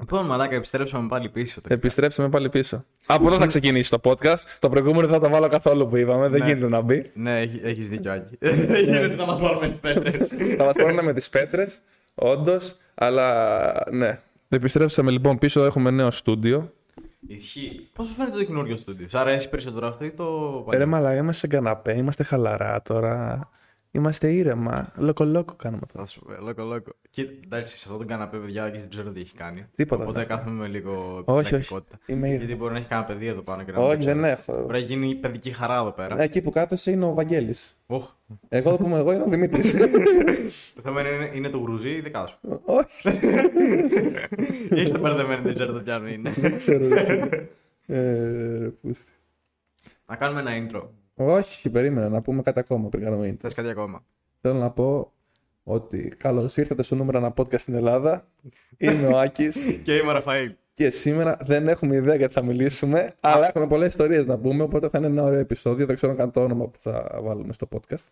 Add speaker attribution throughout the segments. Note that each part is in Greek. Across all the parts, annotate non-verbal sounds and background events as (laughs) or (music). Speaker 1: Λοιπόν, μαλάκα, επιστρέψαμε πάλι πίσω. τελικά.
Speaker 2: Επιστρέψαμε πάλι πίσω. Από εδώ θα ξεκινήσει το podcast. Το προηγούμενο δεν θα το βάλω καθόλου που είπαμε. Δεν
Speaker 1: Ναι.
Speaker 2: γίνεται να μπει.
Speaker 1: Ναι, έχεις δίκιο, Άκη. Δεν γίνεται να μας πάρουμε τις πέτρες.
Speaker 2: θα μας πάρουν με τις πέτρες, όντως. Αλλά ναι. Επιστρέψαμε λοιπόν πίσω. Έχουμε νέο στούντιο.
Speaker 1: Ισχύει. Πώς σου φαίνεται το καινούριο στούντιο, Σ' αρέσει περισσότερο αυτό ή το
Speaker 2: Ε, Ρε
Speaker 1: παλιό.
Speaker 2: μαλάκα, είμαστε σε καναπέ. Είμαστε χαλαρά τώρα. Είμαστε ήρεμα. Λοκολόκο κάνουμε τώρα.
Speaker 1: Θα σου πω, λόκο, λόκο. Κοίτα, εντάξει, σε αυτό τον καναπέ, παιδιά, Άκης δεν ξέρω τι έχει κάνει.
Speaker 2: Τίποτα,
Speaker 1: Οπότε
Speaker 2: ναι.
Speaker 1: κάθομαι με λίγο
Speaker 2: όχι.
Speaker 1: επιφυλακτικότητα.
Speaker 2: Είμαι ήρεμος.
Speaker 1: Γιατί μπορεί να έχει κανένα παιδί εδώ πάνω και να μην το
Speaker 2: Όχι,
Speaker 1: ξέρω.
Speaker 2: δεν Ναι. έχω. Ε,
Speaker 1: Πρέπει να γίνει παιδική χαρά εδώ πέρα.
Speaker 2: Εκεί που κάθεσαι είναι ο Βαγγέλης.
Speaker 1: Οχ,
Speaker 2: Εγώ που είμαι εγώ είναι ο Δημήτρης.
Speaker 1: το θέμα είναι, είναι το γρουζί ή δικά σου.
Speaker 2: Όχι,
Speaker 1: Είστε μπερδεμένοι, δεν ξέρω το ποιανού είναι.
Speaker 2: (laughs) δεν ξέρω. ρε. Ε, ρε, πούστη.
Speaker 1: να κάνουμε ένα intro.
Speaker 2: Όχι, περίμενα να πούμε κάτι ακόμα πριν κάνουμε intro.
Speaker 1: Θες κάτι ακόμα.
Speaker 2: Θέλω να πω ότι καλώς ήρθατε στο νούμερο ένα podcast στην Ελλάδα. Είμαι ο Άκης
Speaker 1: Και είμαι ο Ραφαήλ.
Speaker 2: και σήμερα δεν έχουμε ιδέα γιατί θα μιλήσουμε, αλλά έχουμε πολλές ιστορίες να πούμε. Οπότε θα είναι ένα ωραίο επεισόδιο. Δεν ξέρω καν το όνομα που θα βάλουμε στο podcast.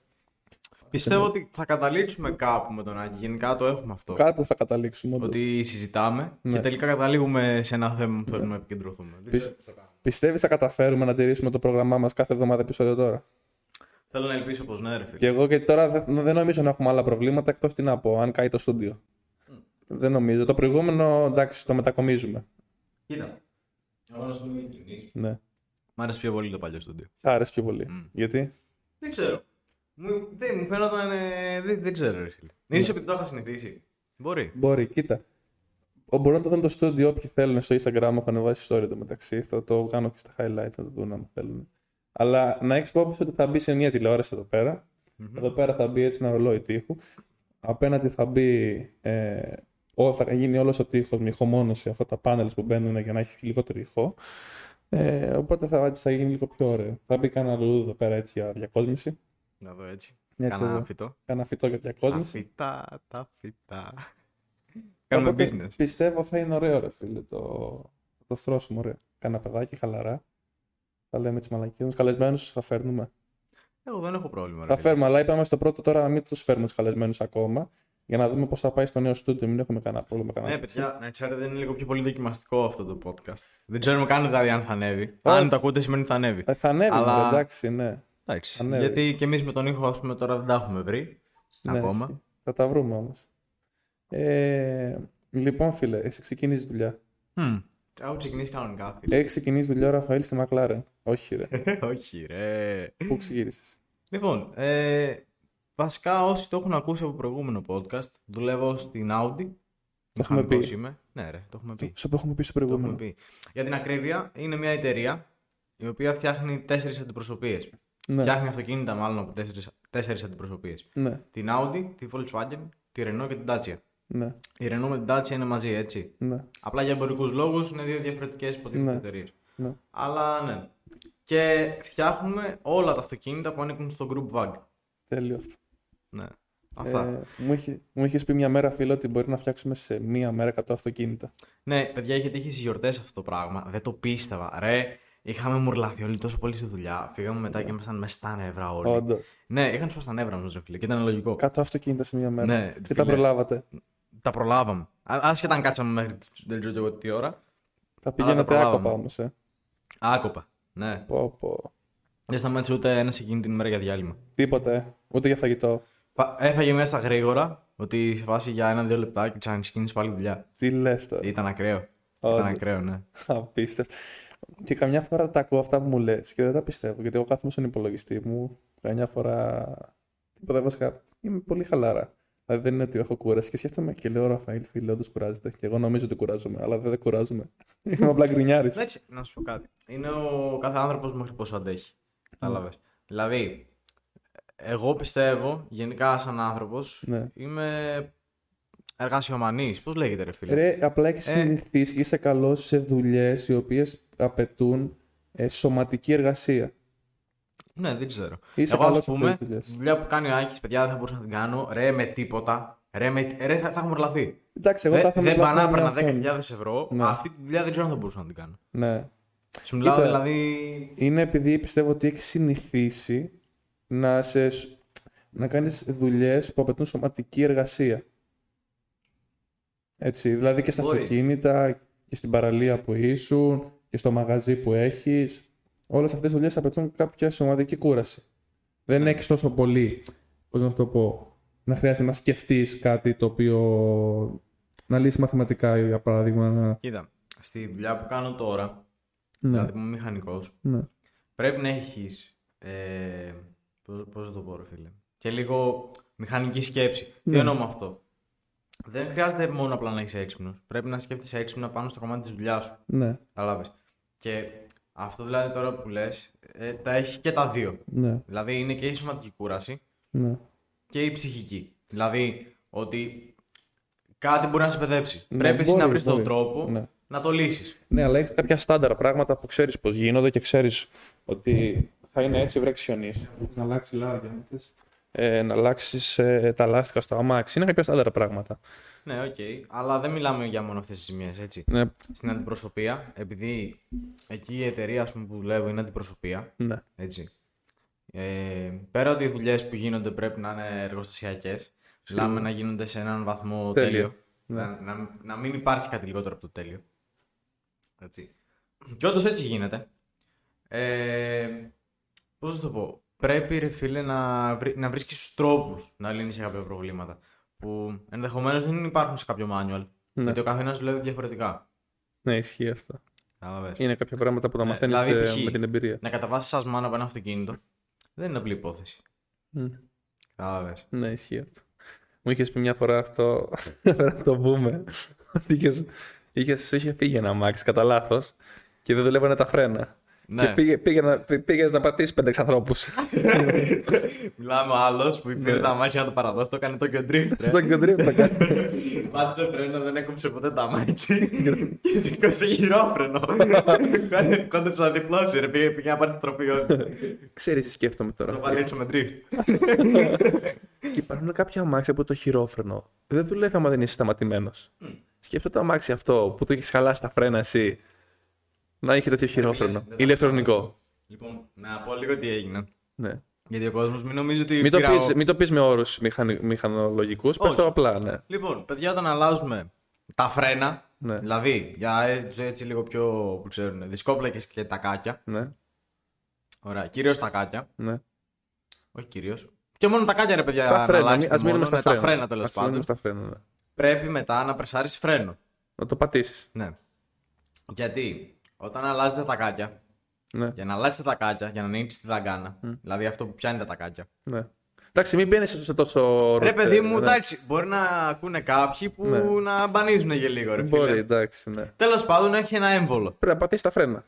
Speaker 1: Πιστεύω ότι θα καταλήξουμε κάπου με τον Άκη. Γενικά το έχουμε αυτό.
Speaker 2: Κάπου θα καταλήξουμε. όντως.
Speaker 1: Ότι συζητάμε και
Speaker 2: Ναι.
Speaker 1: τελικά καταλήγουμε σε ένα θέμα που θέλουμε να επικεντρωθούμε. Δεν
Speaker 2: Πι-
Speaker 1: ξέρω τι θα κάνουμε.
Speaker 2: Πιστεύεις θα καταφέρουμε να τηρήσουμε το πρόγραμμά μας κάθε εβδομάδα επεισόδιο τώρα.
Speaker 1: Θέλω να ελπίσω πως ναι, ρε φίλε.
Speaker 2: Και εγώ και τώρα δεν, δεν νομίζω να έχουμε άλλα προβλήματα εκτός τι να πω, αν καεί το στούντιο. Δεν νομίζω. Το προηγούμενο εντάξει, το μετακομίζουμε.
Speaker 1: Κοίτα. Εγώ να σου πω
Speaker 2: Ναι.
Speaker 1: Μ' άρεσε πιο πολύ το παλιό στούντιο.
Speaker 2: Σ' άρεσε πιο πολύ. Γιατί?
Speaker 1: Δεν ξέρω. Μου, δεν μου φαίνονταν. ε, δεν, δεν ξέρω, ρε φίλε. Ναι. επειδή το είχα συνηθίσει. Μπορεί.
Speaker 2: Μπορεί, κοίτα. Ο- Μπορούν να το δουν το στούντιο όποιοι θέλουν στο Instagram. Έχω ανεβάσει story το μεταξύ. Θα το κάνω και στα highlights να το δουν αν θέλουν. Αλλά να έχεις υπόψη ότι θα μπει σε μια τηλεόραση εδώ πέρα. Εδώ πέρα θα μπει έτσι ένα ρολόι τείχου. Απέναντι θα μπει. Ε, ό, θα γίνει όλος ο τείχος με ηχομόνωση. Αυτά τα πάνελ που μπαίνουν για να έχει λιγότερο ηχό. Ε, οπότε θα, έτσι θα γίνει λίγο πιο ωραίο. Θα μπει κανένα ρολόι εδώ πέρα έτσι για διακόσμηση.
Speaker 1: Να δω έτσι.
Speaker 2: Ναι,
Speaker 1: Κάνα
Speaker 2: ξέρω.
Speaker 1: φυτό.
Speaker 2: Κάνα φυτό για
Speaker 1: Τα
Speaker 2: διακόσμηση.
Speaker 1: φυτά, τα φυτά. Κάνουμε
Speaker 2: Οπότε
Speaker 1: business.
Speaker 2: Πιστεύω θα είναι ωραίο, ρε φίλε. Το, το στρώσουμε ωραίο. Κάνα παιδάκι, χαλαρά. Θα λέμε τις μαλακίες μας. Καλεσμένους θα φέρνουμε.
Speaker 1: Εγώ δεν έχω πρόβλημα. Ρε,
Speaker 2: Θα
Speaker 1: φίλε.
Speaker 2: φέρουμε, αλλά είπαμε στο πρώτο τώρα να μην τους φέρουμε τους καλεσμένους ακόμα. Για να δούμε πώς θα πάει στο νέο στούντιο. Μην έχουμε κανένα πρόβλημα. Κανένα
Speaker 1: Ναι, παιδιά, να ξέρετε, είναι λίγο πιο πολύ δοκιμαστικό αυτό το podcast. Δεν ξέρουμε καν δηλαδή αν θα ανέβει.
Speaker 2: Όχι.
Speaker 1: Αν το ακούτε, σημαίνει ότι θα ανέβει.
Speaker 2: Ε, Θα ανέβει,
Speaker 1: Αλλά-
Speaker 2: βέβαια, εντάξει, ναι.
Speaker 1: Εντάξει.
Speaker 2: ανέβει.
Speaker 1: Γιατί και εμείς με τον ήχο, ας πούμε, τώρα δεν τα έχουμε βρει.
Speaker 2: Ναι,
Speaker 1: ακόμα.
Speaker 2: ισχύει. Θα τα βρούμε όμως. Ε, λοιπόν, φίλε, εσύ ξεκινήσεις δουλειά.
Speaker 1: Hm. Έχω ξεκινήσεις κανονικά, φίλε.
Speaker 2: Έχει ξεκινήσεις δουλειά ο Ραφαήλ στη Μακλάρεν. Όχι,
Speaker 1: (laughs)
Speaker 2: ρε.
Speaker 1: Όχι, ρε.
Speaker 2: Πού ξεκίνησες.
Speaker 1: Λοιπόν, ε, βασικά όσοι το έχουν ακούσει από προηγούμενο podcast, δουλεύω στην Audi.
Speaker 2: Το έχουμε
Speaker 1: Μηχανικός
Speaker 2: πει.
Speaker 1: Είμαι. Ναι, ρε, το έχουμε πει.
Speaker 2: Σου το έχουμε πει στο
Speaker 1: Το έχουμε
Speaker 2: προηγούμενο.
Speaker 1: πει. Για την ακρίβεια, είναι μια εταιρεία η οποία φτιάχνει τέσσερις αντιπροσωπείες.
Speaker 2: Ναι,
Speaker 1: Φτιάχνει αυτοκίνητα μάλλον από τέσσερις αντιπροσωπείες.
Speaker 2: ναι,
Speaker 1: Την Audi, τη Volkswagen, τη Renault και την Dacia.
Speaker 2: ναι,
Speaker 1: Η Renault με την Dacia είναι μαζί, έτσι.
Speaker 2: ναι.
Speaker 1: Απλά για εμπορικούς λόγους είναι δύο διαφορετικές υποτίθεται
Speaker 2: Ναι.
Speaker 1: εταιρείες.
Speaker 2: ναι.
Speaker 1: Αλλά ναι. Και φτιάχνουμε όλα τα αυτοκίνητα που ανήκουν στο Group Vag.
Speaker 2: Τέλειο αυτό.
Speaker 1: Ναι. Αυτά.
Speaker 2: Ε, μου, είχε, μου είχες πει μια μέρα, φίλε, ότι μπορεί να φτιάξουμε σε μία μέρα 100 αυτοκίνητα.
Speaker 1: Ναι, παιδιά, είχε τύχει στις γιορτές αυτό το πράγμα. Δεν το πίστευα. Ρε, είχαμε μουρλαθεί όλοι τόσο πολύ στη δουλειά. Φύγαμε μετά και ήμασταν μες στα νεύρα όλοι.
Speaker 2: Όντως.
Speaker 1: Ναι, είχαν σπάσει τα νεύρα μα, ρε φίλε, και ήταν λογικό.
Speaker 2: 100 αυτοκίνητα σε μία μέρα.
Speaker 1: Ναι,
Speaker 2: και τα
Speaker 1: φίλε.
Speaker 2: προλάβατε.
Speaker 1: Τα προλάβαμε. Α- Άσχετα αν κάτσαμε μέχρι τις- δεν ξέρω και εγώ τι ώρα.
Speaker 2: Τα πηγαίνατε
Speaker 1: προλάβαμε. Ναι.
Speaker 2: άκοπα όμως. Ε.
Speaker 1: Άκοπα. Ναι.
Speaker 2: Πω, πω.
Speaker 1: Δεν σταμάτησε ούτε ένας εκείνη την ημέρα για διάλειμμα.
Speaker 2: Τίποτα, ε. ούτε για φαγητό.
Speaker 1: Πα- Έφαγε μέσα γρήγορα ότι σε φάση για ένα-δύο λεπτά και ξαναξεκίνησε πάλι δουλειά.
Speaker 2: Τι λες τώρα.
Speaker 1: Ήταν ακραίο. Ήταν
Speaker 2: Όντως.
Speaker 1: ακραίο, ναι.
Speaker 2: Απίστευτο. Και καμιά φορά τα ακούω αυτά που μου λες και δεν τα πιστεύω. Γιατί εγώ κάθομαι στον υπολογιστή μου. Καμιά φορά. Τίποτα βασικά. Είμαι πολύ χαλάρα. Δηλαδή δεν είναι ότι έχω κούραση και σκέφτομαι και λέω Ραφαήλ, φίλε, όντως κουράζεται. Και εγώ νομίζω ότι κουράζομαι, αλλά δεν, δεν κουράζομαι. (laughs) Είμαι απλά γκρινιάρης.
Speaker 1: Εντάξει, να σου πω κάτι. Είναι ο κάθε άνθρωπος μέχρι πόσο αντέχει. Κατάλαβες.
Speaker 2: Ναι.
Speaker 1: Δηλαδή, εγώ πιστεύω, γενικά σαν άνθρωπος,
Speaker 2: Ναι.
Speaker 1: είμαι εργασιομανής. Πώς λέγεται, ρε φίλε.
Speaker 2: Ρε, απλά έχεις
Speaker 1: Ε.
Speaker 2: συνηθίσει και είσαι καλός σε δουλειές οι οποίες απαιτούν ε, σωματική εργασία.
Speaker 1: Ναι, δεν ξέρω.
Speaker 2: Είσαι
Speaker 1: εγώ, ας
Speaker 2: καλός σε αυτές
Speaker 1: πούμε,
Speaker 2: τις δουλειές.
Speaker 1: τη δουλειά που κάνει ο Άκης, παιδιά, δεν θα μπορούσα να την κάνω. Ρε με τίποτα. Ρε, με... ρε θα, θα έχω μορλαθεί.
Speaker 2: Εντάξει, εγώ
Speaker 1: Δε-
Speaker 2: θα
Speaker 1: Δεν
Speaker 2: ήθελα να
Speaker 1: πανά,
Speaker 2: μιλάω
Speaker 1: έπαιρνα
Speaker 2: σε έναν
Speaker 1: 10.000 ευρώ.
Speaker 2: Ναι.
Speaker 1: Αυτή τη δουλειά δεν ξέρω αν θα μπορούσα να την κάνω.
Speaker 2: Ναι.
Speaker 1: Σου μιλάω
Speaker 2: Κοίτα.
Speaker 1: δηλαδή.
Speaker 2: Είναι επειδή πιστεύω ότι έχεις συνηθίσει να, σε, σ- να κάνεις δουλειές που απαιτούν σωματική εργασία. Έτσι, δηλαδή και στα
Speaker 1: Μπορεί.
Speaker 2: αυτοκίνητα και στην παραλία που ήσουν και στο μαγαζί που έχεις. Όλες αυτές οι δουλειές απαιτούν κάποια σωματική κούραση. Δεν έχεις τόσο πολύ, πώς να σου το πω, να χρειάζεται να σκεφτείς κάτι το οποίο. να λύσεις μαθηματικά, για παράδειγμα. Να...
Speaker 1: Κοίτα, στη δουλειά που κάνω τώρα,
Speaker 2: Ναι,
Speaker 1: δηλαδή που είμαι μηχανικός,
Speaker 2: ναι.
Speaker 1: πρέπει να έχεις, ε, πώς, πώς να το πω ρε φίλε, και λίγο μηχανική σκέψη. Τι
Speaker 2: Ναι.
Speaker 1: εννοώ με αυτό. Δεν χρειάζεται μόνο απλά να είσαι έξυπνος. Πρέπει να σκέφτεσαι έξυπνα πάνω στο κομμάτι της δουλειάς σου.
Speaker 2: ναι,
Speaker 1: Κατάλαβες. Και αυτό δηλαδή τώρα που λες, ε, τα έχει και τα δύο.
Speaker 2: ναι,
Speaker 1: Δηλαδή είναι και η σωματική κούραση
Speaker 2: ναι,
Speaker 1: και η ψυχική. Δηλαδή ότι κάτι μπορεί να σε παιδέψει.
Speaker 2: Ναι,
Speaker 1: πρέπει εσύ
Speaker 2: μπορεί,
Speaker 1: να βρεις τον
Speaker 2: μπορείς.
Speaker 1: τρόπο
Speaker 2: Ναι.
Speaker 1: να το λύσεις.
Speaker 2: ναι. αλλά έχεις κάποια στάνταρ πράγματα που ξέρεις πώ γίνονται και ξέρεις ότι θα είναι έτσι βρέξει χιονίσει. Να αλλάξεις λάδια. Ε, να αλλάξεις τα λάστιχα στο αμάξι. Είναι κάποια στάνταρ πράγματα.
Speaker 1: Ναι, οκ. Αλλά δεν μιλάμε για μόνο αυτές τις ζημίες, έτσι.
Speaker 2: Ναι,
Speaker 1: Στην αντιπροσωπεία, επειδή εκεί η εταιρεία ας πούμε, που δουλεύω είναι αντιπροσωπεία,
Speaker 2: ναι.
Speaker 1: έτσι. Ε, πέρα ότι οι δουλειές που γίνονται πρέπει να είναι εργοστασιακές, μιλάμε να γίνονται σε έναν βαθμό
Speaker 2: Τέλειο. Ναι.
Speaker 1: τέλειο. Να, να, να μην υπάρχει κάτι λιγότερο από το τέλειο. Έτσι. Και όντως έτσι γίνεται. Ε, Πώς να σου το πω, πρέπει ρε φίλε να, βρει, να βρίσκεις του τρόπους να λύνεις κάποια προβλήματα που ενδεχομένως δεν υπάρχουν σε κάποιο manual.
Speaker 2: Ναι.
Speaker 1: Γιατί ο καθένας δουλεύει διαφορετικά.
Speaker 2: Ναι, ισχύει αυτό.
Speaker 1: Κατάλαβες.
Speaker 2: Είναι κάποια πράγματα που τα μαθαίνεις
Speaker 1: δηλαδή, π.χ.
Speaker 2: με την εμπειρία.
Speaker 1: Να καταβάσεις σαν μάνα από ένα αυτοκίνητο δεν είναι απλή υπόθεση.
Speaker 2: Μμ.
Speaker 1: Κατάλαβε.
Speaker 2: Ναι, ισχύει αυτό. Μου είχες πει μια φορά αυτό. Πρέπει (laughs) να το πούμε. Ότι είχες- είχες- σου είχε φύγει ένα μάξι κατά λάθος και δεν δουλεύανε τα φρένα.
Speaker 1: Ναι.
Speaker 2: Και πήγε, πήγε να, πή- πήγες να πατήσεις πέντε ανθρώπου.
Speaker 1: Μιλάμε ο άλλος που
Speaker 2: Ναι.
Speaker 1: πήρε τα μάτια να το παραδώσει, το έκανε το
Speaker 2: (laughs)
Speaker 1: κεντρίφτρε.
Speaker 2: Αυτό και τον τρίβει το κάνει.
Speaker 1: Πάτησε φρένο, δεν έκοψε ποτέ τα μάτια
Speaker 2: Ναι.
Speaker 1: και σήκωσε γυρόφρενο. Κάνε- Κόντεψε να διπλώσει, ρε πήγε, πήγε να πάρει το τροφείο.
Speaker 2: Ξέρεις τι σκέφτομαι τώρα.
Speaker 1: το βάλει έξω με drift.
Speaker 2: Και υπάρχουν κάποια αμάξια που το χειρόφρενο δεν δουλεύει άμα δεν είσαι σταματημένος. Σκέφτομαι το αμάξι αυτό που το έχεις χαλάσει τα φρένα εσύ να είχε τέτοιο χειρόφρενο.
Speaker 1: Ε, δεν θα-
Speaker 2: Ηλεκτρονικό.
Speaker 1: λοιπόν, να πω λίγο τι έγινε.
Speaker 2: Ναι.
Speaker 1: Γιατί ο κόσμος μην νομίζει ότι.
Speaker 2: Μην το,
Speaker 1: πήρα ο-
Speaker 2: πεις, μην το πεις με όρους μηχανι, μηχανολογικούς, πες
Speaker 1: Όχι.
Speaker 2: το απλά, ναι.
Speaker 1: Λοιπόν, παιδιά, όταν αλλάζουμε τα φρένα,
Speaker 2: Ναι.
Speaker 1: δηλαδή για έτσι, έτσι λίγο πιο που ξέρουν, δισκόπλακες και τακάκια.
Speaker 2: Ναι,
Speaker 1: Ωραία, κυρίως τακάκια.
Speaker 2: ναι.
Speaker 1: Όχι κυρίως. Και μόνο τα κάτια ρε παιδιά.
Speaker 2: τα
Speaker 1: να
Speaker 2: φρένα, μην-
Speaker 1: αλλάξετε
Speaker 2: ας μείνουμε
Speaker 1: μόνο,
Speaker 2: στα
Speaker 1: ναι,
Speaker 2: φρένα.
Speaker 1: Τα φρένα τέλος
Speaker 2: Ας μείνουμε
Speaker 1: πάντων.
Speaker 2: στα φρένα, ναι.
Speaker 1: Πρέπει μετά να πρεσάρεις φρένο.
Speaker 2: Να το πατήσεις.
Speaker 1: Ναι. Γιατί όταν αλλάζετε τα κάτια,
Speaker 2: Ναι,
Speaker 1: για να αλλάξετε τα κάτια, για να ανοίξει τη δαγκάνα, δηλαδή αυτό που πιάνει τα τάκια.
Speaker 2: ναι. Εντάξει, μην μπαίνεις σε τόσο...
Speaker 1: Ρε παιδί μου,
Speaker 2: ναι.
Speaker 1: εντάξει, μπορεί να ακούνε κάποιοι που να μπανίζουν για λίγο, ρε
Speaker 2: Μπορεί,
Speaker 1: φίλε.
Speaker 2: εντάξει, ναι.
Speaker 1: Τέλος πάντων, έχει ένα έμβολο.
Speaker 2: Πρέπει να πατήσεις τα φρένα.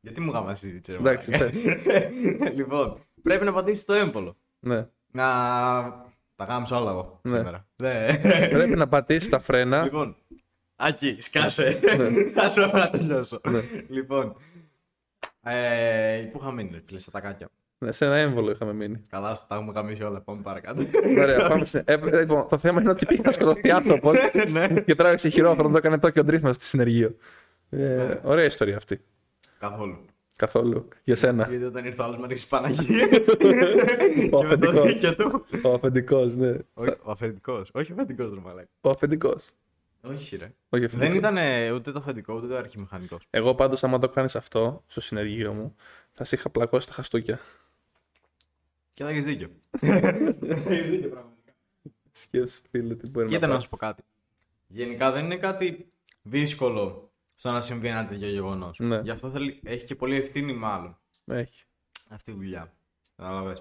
Speaker 1: Γιατί μου γάμα συζήτηση, ρε
Speaker 2: Εντάξει,
Speaker 1: μαλάκα. (laughs) Λοιπόν, πρέπει να πατήσεις το έμβολο.
Speaker 2: Ναι.
Speaker 1: Να. Τα γάμισα όλα εγώ
Speaker 2: Ναι.
Speaker 1: σήμερα. Ναι. Δεν-
Speaker 2: (laughs) Πρέπει να πατήσεις τα φρένα.
Speaker 1: Λοιπόν. Ακεί, σκάσε.
Speaker 2: Ναι.
Speaker 1: Θα σου να τελειώσω. Λοιπόν. ε, Πού είχα μείνει, ρε φίλε, στα τακάκια.
Speaker 2: Ναι, σε ένα έμβολο είχαμε μείνει.
Speaker 1: Καλά, στα έχουμε καμίσει όλα. Πάμε παρακάτω.
Speaker 2: Ωραία, πάμε στην... ε, ε, λοιπόν, το θέμα είναι ότι πήγε να σκοτωθεί άνθρωπος (laughs)
Speaker 1: Ναι.
Speaker 2: και τράβηξε χειρόφρονο, το έκανε Tokyo Drift μας στη συνεργείο. Ε, ωραία ιστορία αυτή.
Speaker 1: Καθόλου.
Speaker 2: Καθόλου. Για σένα.
Speaker 1: Γιατί όταν ήρθε ο άλλος με ρίξει
Speaker 2: (laughs)
Speaker 1: Παναγίε. Και με το
Speaker 2: αφεντικός.
Speaker 1: δίκιο του.
Speaker 2: Ο αφεντικός, ναι.
Speaker 1: Όχι, Ο αφεντικός. Όχι ο αφεντικός, ρε μαλάκα.
Speaker 2: Ο αφεντικός.
Speaker 1: Όχι, ρε.
Speaker 2: Όχι αφεντικός.
Speaker 1: Δεν ήταν ε, ούτε το αφεντικό ούτε το αρχιμηχανικό.
Speaker 2: Εγώ πάντως άμα το κάνεις αυτό στο συνεργείο μου, θα σε είχα πλακώσει τα χαστούκια.
Speaker 1: Και θα έχεις
Speaker 2: (laughs)
Speaker 1: δίκιο.
Speaker 2: Σκέψου φίλε τι μπορεί
Speaker 1: Κοίτα
Speaker 2: να
Speaker 1: να σου πω κάτι. Γενικά δεν είναι κάτι δύσκολο στο να συμβεί ένα τέτοιο γεγονός.
Speaker 2: Ναι.
Speaker 1: Γι' αυτό θέλει, έχει και πολύ ευθύνη, μάλλον
Speaker 2: πω. Έχει.
Speaker 1: αυτή η δουλειά. Κατάλαβες.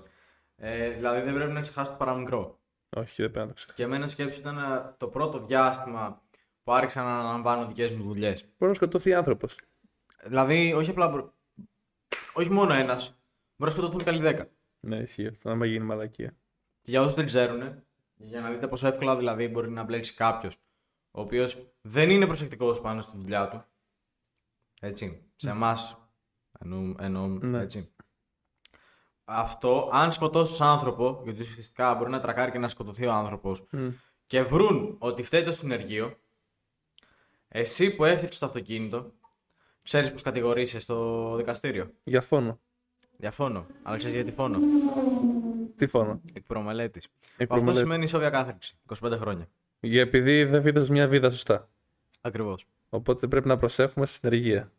Speaker 1: Ε, δηλαδή δεν πρέπει να ξεχάσεις το παραμικρό.
Speaker 2: Όχι, δεν πρέπει να το ξεχνάω.
Speaker 1: Και εμένα σκέψη ήταν ε, το πρώτο διάστημα που άρχισα να αναλαμβάνω δικές μου δουλειές.
Speaker 2: Μπορεί να σκοτωθεί άνθρωπος.
Speaker 1: Δηλαδή, όχι απλά. μπο- Όχι μόνο ένας. Μπορεί να σκοτωθούν καλοί δέκα.
Speaker 2: Ναι, ισχύει αυτό. Να μην γίνει μαλακία.
Speaker 1: Και για όσους δεν ξέρουν, για να δείτε πόσο εύκολα δηλαδή μπορεί να μπλέξει κάποιος ο οποίος δεν είναι προσεκτικός πάνω στη δουλειά του. Έτσι. Σε εμά. Εννοούμε.
Speaker 2: Ναι.
Speaker 1: Έτσι. Αυτό, αν σκοτώσεις άνθρωπο, γιατί ουσιαστικά μπορεί να τρακάρει και να σκοτωθεί ο άνθρωπος,
Speaker 2: Μμ.
Speaker 1: και βρουν ότι φταίει το συνεργείο, εσύ που έφτιαξε το αυτοκίνητο, ξέρεις πώς κατηγορείσαι στο δικαστήριο.
Speaker 2: Για φόνο.
Speaker 1: Διαφώνω. Αλλά ξέρεις γιατί φόνο.
Speaker 2: Τι φόνο.
Speaker 1: Εκ προμελέτης.
Speaker 2: Εκ
Speaker 1: Αυτό
Speaker 2: προμελέτης.
Speaker 1: σημαίνει ισόβια κάθριξη. 25 χρόνια.
Speaker 2: Για- Επειδή δεν βίδωσε μια βίδα σωστά.
Speaker 1: Ακριβώς.
Speaker 2: Οπότε πρέπει να προσέχουμε στη συνεργεία.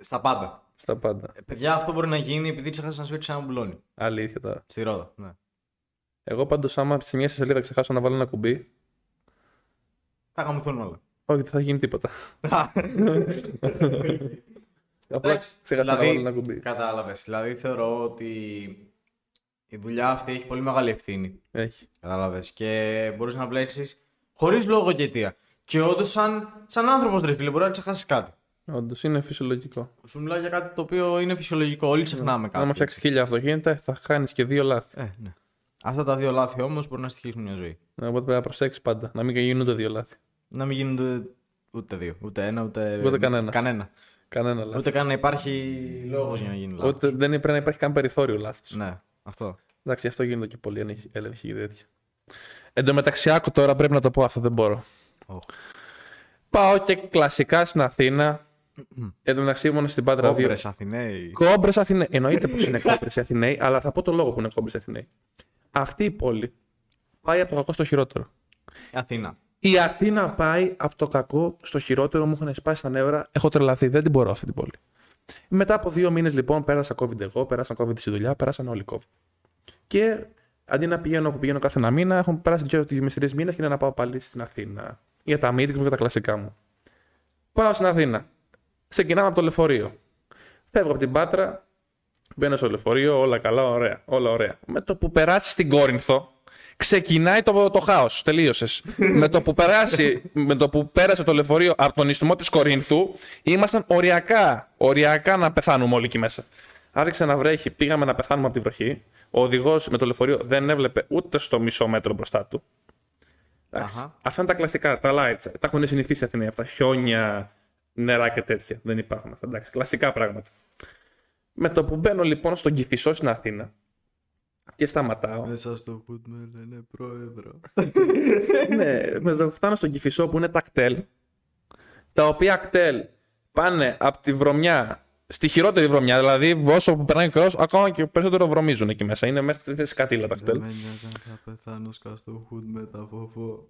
Speaker 1: Στα πάντα.
Speaker 2: Στα πάντα.
Speaker 1: Ε, παιδιά, αυτό μπορεί να γίνει επειδή ξεχάσεις να σφίξει ένα μπουλόνι.
Speaker 2: Αλήθεια τώρα.
Speaker 1: Στη ρόδα. Ναι.
Speaker 2: Εγώ πάντως, άμα σε μια σελίδα ξεχάσω να βάλω ένα κουμπί,
Speaker 1: Θα γαμηθούν (laughs) όλα.
Speaker 2: όχι, δεν θα γίνει τίποτα. Απλά
Speaker 1: Εντάξει,
Speaker 2: ξέχασα να
Speaker 1: δηλαδή-
Speaker 2: βάλω ένα κουμπί.
Speaker 1: Κατάλαβες. Δηλαδή θεωρώ ότι η δουλειά αυτή έχει πολύ μεγάλη ευθύνη.
Speaker 2: Έχει.
Speaker 1: Κατάλαβες. Και μπορείς να μπλέξεις χωρίς λόγο και αιτία. Και όντως, σαν, σαν άνθρωπος, ρε φίλε, μπορεί να ξεχάσεις κάτι.
Speaker 2: Όντως είναι φυσιολογικό.
Speaker 1: Σου μιλάω για κάτι το οποίο είναι φυσιολογικό. Όλοι ξεχνάμε κάτι.
Speaker 2: Άμα φτιάξει χίλια αυτοκίνητα, θα χάνεις και δύο λάθη.
Speaker 1: Ε, ναι. Αυτά τα δύο λάθη όμως μπορεί να στοιχίσουν μια ζωή.
Speaker 2: Ναι, Οπότε πρέπει να προσέξεις πάντα. Να μην γίνονται δύο λάθη.
Speaker 1: Να μην γίνονται ούτε δύο, ούτε ένα, ούτε,
Speaker 2: Ούτε κανένα.
Speaker 1: κανένα.
Speaker 2: Κανένα λάθος.
Speaker 1: Ούτε καν να υπάρχει λόγος για να γίνει λάθο.
Speaker 2: Ούτε δεν πρέπει να υπάρχει καν περιθώριο λάθος.
Speaker 1: Ναι, αυτό.
Speaker 2: Εντάξει, αυτό γίνεται και πολύ ανέχει- έλεγχοι και τέτοια. Εν τω μεταξύ, άκου τώρα πρέπει να το πω αυτό, δεν μπορώ.
Speaker 1: Οχ.
Speaker 2: Πάω και κλασικά στην Αθήνα. Εν τω μεταξύ, ήμουν στην Πάτρα 2.
Speaker 1: Κόμπρες, Αθηναίοι.
Speaker 2: Κόμπρες Αθηναίοι. Εννοείται πως είναι κόμπρες Αθηναίοι, αλλά θα πω το λόγο που είναι κόμπρες Αθηναίοι. Αυτή η πόλη πάει από το κακό στο χειρότερο.
Speaker 1: Αθήνα.
Speaker 2: Η Αθήνα πάει από το κακό στο χειρότερο, μου έχουν σπάσει τα νεύρα, έχω τρελαθεί, δεν την μπορώ αυτή την πόλη. Μετά από δύο μήνες λοιπόν πέρασα COVID εγώ, πέρασα COVID στη δουλειά, πέρασαν όλοι COVID. Και αντί να πηγαίνω που πηγαίνω κάθε ένα μήνα, έχω περάσει δύο με τρει μήνες και είναι να πάω πάλι στην Αθήνα. Για τα meetings μου και τα κλασικά μου. Πάω στην Αθήνα. Ξεκινάμε από το λεωφορείο. Φεύγω από την Πάτρα, μπαίνω στο λεωφορείο, όλα καλά, ωραία. Όλα ωραία. Με το που περάσεις στην Κόρινθο, ξεκινάει το, το χάος. Τελείωσες. με, το που περάσει, με το που πέρασε το λεωφορείο από τον ιστιμό της Κορίνθου, ήμασταν οριακά, οριακά να πεθάνουμε όλοι εκεί μέσα. Άρχισε να βρέχει, πήγαμε να πεθάνουμε από τη βροχή. Ο οδηγός με το λεωφορείο δεν έβλεπε ούτε στο μισό μέτρο μπροστά του. Εντάξει.
Speaker 1: Αχα.
Speaker 2: Αυτά είναι τα κλασικά, τα lights. Τα έχουν συνηθίσει οι Αθηναίοι αυτά. Χιόνια, νερά και τέτοια. Δεν υπάρχουν αυτά. Εντάξει, κλασικά πράγματα. Με το που μπαίνω λοιπόν στον Κυφισό στην Αθήνα και σταματάω.
Speaker 1: Μέσα στο food με λένε πρόεδρο.
Speaker 2: ναι, με το φτάνω στον Κηφισό που είναι τα κτέλ. Τα οποία κτέλ πάνε από τη βρωμιά στη χειρότερη βρωμιά. Δηλαδή, όσο που περνάει ο καιρός, ακόμα και περισσότερο βρωμίζουν εκεί μέσα. Είναι μέσα στη θέση κατήλα τα κτέλ.
Speaker 1: νοιάζει αν θα πεθάνω σκαστό food με τα φόβο.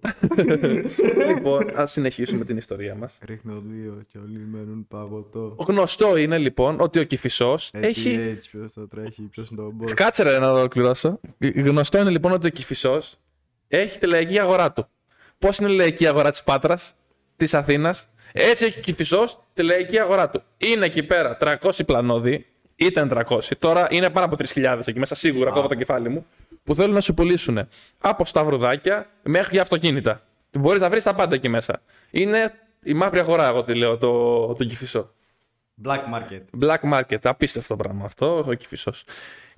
Speaker 2: λοιπόν, ας συνεχίσουμε την ιστορία μας.
Speaker 1: Ρίχνω δύο και όλοι μένουν παγωτό.
Speaker 2: Γνωστό είναι λοιπόν ότι ο Κηφισός έχει.
Speaker 1: έτσι ποιος το τρέχει, ποιος το μπορεί.
Speaker 2: Κάτσε ρε να το ολοκληρώσω. Γνωστό είναι λοιπόν ότι ο Κυφισό έχει τη λαϊκή αγορά του. Πώς είναι η λαϊκή αγορά της Πάτρας, της Αθήνας, έτσι έχει ο Κυφισό τη λαϊκή αγορά του. Είναι εκεί πέρα 300 πλανόδι, ήταν 300, τώρα είναι πάνω από 3.000 εκεί μέσα, σίγουρα κόβω το κεφάλι μου, που θέλουν να σου πουλήσουν από σταυρουδάκια μέχρι αυτοκίνητα. Μπορείς να βρεις τα πάντα εκεί μέσα. Είναι η μαύρη αγορά, εγώ τη λέω, το, τον Κυφισό.
Speaker 1: Black market.
Speaker 2: Black market, απίστευτο πράγμα αυτό, ο Κηφισός.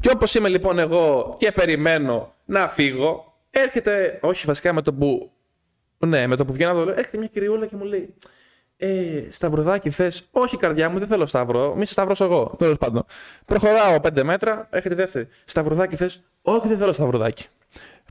Speaker 2: Και όπως είμαι λοιπόν εγώ και περιμένω να φύγω, έρχεται, όχι βασικά με το που, ναι, με το που βγαίνω από το λέω, έρχεται μια κυριούλα και μου λέει, ε, Σταυρουδάκι θες, όχι καρδιά μου, δεν θέλω Σταύρο, μη σε Σταυρώσω εγώ, τέλος πάντων. Προχωράω πέντε μέτρα, έρχεται η δεύτερη, Σταυρουδάκι θες, όχι δεν θέλω Σταυρουδάκι.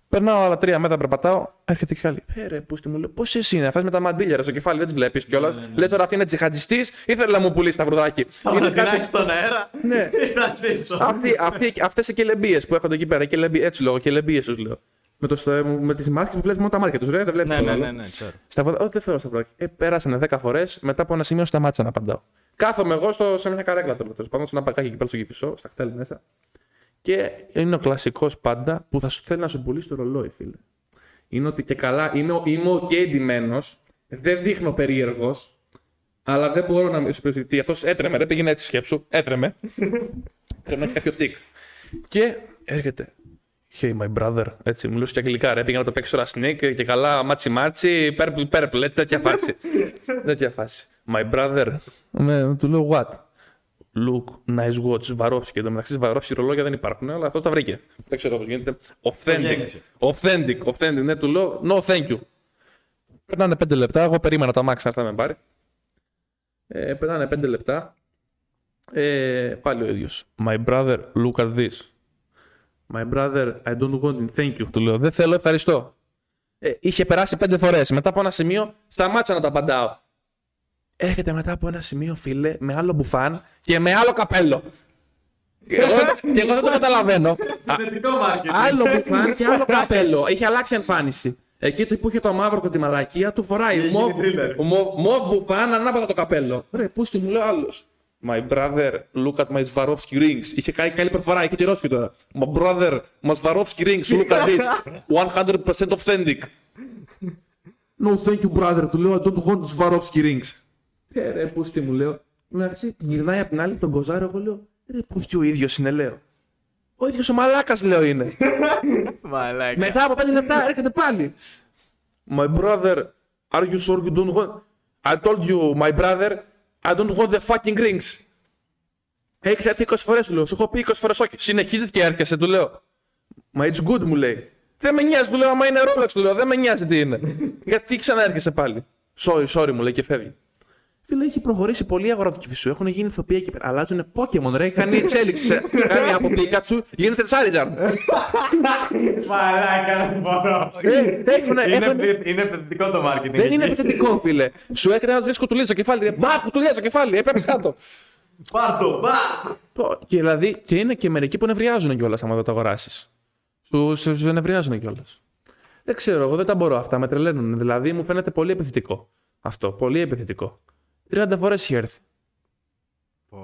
Speaker 2: Περνάω άλλα τρία μέτρα, περπατάω, έρχεται και άλλη. Πέρε, πού στη μου λέει, πώς εσύ είναι, αυτέ με τα μαντίλια ρε, στο κεφάλι, δεν τις βλέπεις κιόλας. Ναι, Λες τώρα αυτή είναι τζιχαντιστής ή θέλει να μου πουλήσει τα βρουδάκι. Είναι κάτι-
Speaker 1: στον αέρα.
Speaker 2: Ναι.
Speaker 1: Θα ζήσω.
Speaker 2: αυτοί, αυτοί, αυτές οι κελεμπίες που έρχονται εκεί πέρα, κελεμπί, έτσι λέω, κελεμπίες τους λέω. Με, το, στο- με τις μάσκες που βλέπεις μόνο τα μάτια τους, ρε, δεν βλέπεις
Speaker 1: Ναι,
Speaker 2: τον
Speaker 1: ναι,
Speaker 2: άλλο.
Speaker 1: ναι, ναι, ξέρω.
Speaker 2: Στα βοδά, όχι δεν θέλω σταυράκι. Ε, πέρασανε 10 φορές, μετά από ένα σημείο σταμάτησα να απαντάω. Κάθομαι εγώ στο, σε μια καρέκλα τώρα, τέλος πάντων, σε ένα πακάκι εκεί πέρα στο κυφισό, στα χτέλη μέσα. Και είναι ο κλασικός πάντα που θα σου θέλει να σου πουλήσει το ρολόι, φίλε. Είναι ότι και καλά, είμαι, είμαι και εντυμένος, δεν δείχνω περίεργος, αλλά δεν μπορώ να σου πει ότι αυτός έτρεμε, δεν πήγαινε έτσι σκέψου. Έτρεμε. Πρέπει να έχει κάποιο τικ. Και έρχεται. Hey, my brother. Έτσι, μιλούσε και αγγλικά. Ρε, πήγα να το παίξω τώρα sneak και καλά, μάτσι μάτσι, purple purple. ε, Τέτοια φάση. τέτοια φάση. My brother. Με, του λέω what. Look, nice watch, Swarovski. Εν τω μεταξύ, Swarovski ρολόγια δεν υπάρχουν, αλλά αυτός τα βρήκε. Δεν ξέρω πώς γίνεται. Authentic.
Speaker 1: γέννησε.
Speaker 2: Authentic, authentic. Ναι, του λέω no, thank you. Περνάνε 5 λεπτά. Εγώ περίμενα το αμάξι να έρθει να με πάρει. Ε, πετάνε 5 λεπτά. Ε, πάλι ο ίδιος. My brother, look at this. My brother, I don't want it. Thank you. Του λέω. Δεν θέλω, ευχαριστώ. Ε, είχε περάσει 5 φορές. Μετά από ένα σημείο, σταμάτησα να το απαντάω. Έρχεται μετά από ένα σημείο, φίλε, με άλλο μπουφάν και με άλλο καπέλο. Και εγώ, και εγώ δεν το καταλαβαίνω.
Speaker 1: Κεντρικό market.
Speaker 2: Άλλο μπουφάν και άλλο καπέλο. Έχει αλλάξει εμφάνιση. Εκεί του που είχε το μαύρο και τη μαλακία του φοράει
Speaker 1: Είχε
Speaker 2: μοβ,
Speaker 1: γίνει thriller.
Speaker 2: μοβ, μοβ μπουφάν ανάποδα το καπέλο. Ρε, πού στη μου λέει ο άλλος. My brother, look at my Swarovski rings. Είχε κάνει καλή προφορά, είχε τη Ρώσκη τώρα. My brother, my Swarovski rings, look at (laughs) this. 100% authentic. No, thank you, brother. Του λέω, I don't want Swarovski rings. Ε, ρε, πούστη μου λέω. Εντάξει, γυρνάει απ' την άλλη τον Κοζάρο, εγώ λέω. Ρε, πούστη ο ίδιος είναι, λέω. Ο ίδιος ο μαλάκας, λέω είναι.
Speaker 1: Μαλάκα.
Speaker 2: Μετά από 5 λεπτά έρχεται πάλι. My brother, are you sure you don't want... I told you, my brother, I don't want the fucking rings. Έχεις έρθει 20 φορέ, του λέω. Σου έχω πει 20 φορές όχι. Συνεχίζεται και έρχεσαι, του λέω. Μα it's good, μου λέει. Δεν με νοιάζει, του λέω. Άμα είναι Rolex, του λέω. Δεν με νοιάζει τι (laughs) είναι. Γιατί ξαναέρχεσαι πάλι. Sorry, sorry, μου λέει και φεύγει. Φίλε, έχει προχωρήσει πολύ η αγορά του κυφισού. Έχουν γίνει ηθοποιοί εκεί πέρα. Αλλάζουν Pokémon, ρε. Κάνει εξέλιξη. (laughs) σε- Κάνει από Pikachu, γίνεται Charizard.
Speaker 1: Μαλάκα, δεν μπορώ.
Speaker 2: Ε, έχουν-
Speaker 1: Είναι
Speaker 2: έχουν-
Speaker 1: επι- Είναι επιθετικό το marketing.
Speaker 2: Δεν είναι
Speaker 1: εκεί.
Speaker 2: επιθετικό, φίλε. Σου έρχεται ένα δίσκο του λέει στο κεφάλι. Μπα, κουτουλιά στο κεφάλι, έπρεπε κάτω.
Speaker 1: Πάρ' το, μπα!
Speaker 2: Πω, και δηλαδή, και είναι και μερικοί που νευριάζουν κιόλας άμα δεν το αγοράσεις. Σου σε- σε νευριάζουν κιόλας. Δεν ξέρω, εγώ δεν τα μπορώ αυτά, με τρελαίνουν. Δηλαδή, μου φαίνεται πολύ επιθετικό αυτό. Πολύ επιθετικό. 30 φορές είχε έρθει.
Speaker 1: Πω,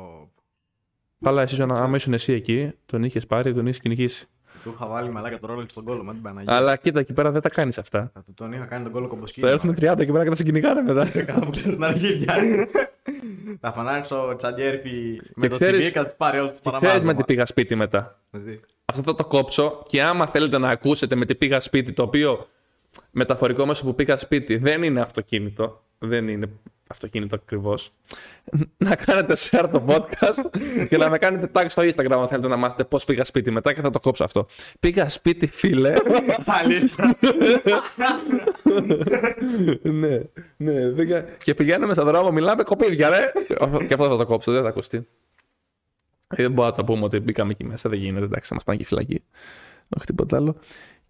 Speaker 1: πω.
Speaker 2: Αλλά εσύ, άμα ήσουν εσύ εκεί, τον είχες πάρει, τον είχες κυνηγήσει.
Speaker 1: Του είχα βάλει μαλάκα το ρόλο στον κόλλο, μα την Παναγία.
Speaker 2: Αλλά κοίτα, εκεί πέρα δεν τα κάνεις αυτά.
Speaker 1: Θα του τον είχα κάνει τον κόλλο κομποσκίνη.
Speaker 2: Θα έρθουν 30 εκεί πέρα και θα σε κυνηγάνε μετά.
Speaker 1: Καλά που ξέρεις στην αρχή πια.
Speaker 2: (laughs)
Speaker 1: Θα φανάρξω τσαντιέρφι με το
Speaker 2: ξέρεις-
Speaker 1: TV και θα του πάρει όλους τους
Speaker 2: Και ξέρεις με τι
Speaker 1: παραμάζωμα.
Speaker 2: πήγα σπίτι μετά.
Speaker 1: Δηλαδή,
Speaker 2: αυτό θα το κόψω και άμα θέλετε να ακούσετε με τι πήγα σπίτι, το οποίο μεταφορικό μέσο που πήγα σπίτι δεν είναι αυτοκίνητο, δεν είναι αυτοκίνητο ακριβώς. να κάνετε share το podcast και να με κάνετε tag στο Instagram αν θέλετε να μάθετε πώς πήγα σπίτι μετά και θα το κόψω αυτό. Πήγα σπίτι, φίλε.
Speaker 1: Δηλαδή,
Speaker 2: (laughs)
Speaker 1: Αλήθεια.
Speaker 2: ναι, ναι. δεν κα- Και πηγαίνουμε στον δρόμο, μιλάμε κοπίδια, ρε. και αυτό θα το κόψω, δεν θα ακουστεί. Ε, Δεν μπορώ να τα πούμε ότι μπήκαμε εκεί μέσα, δεν γίνεται. Εντάξει, θα μας πάνε και φυλακή. Όχι τίποτα άλλο.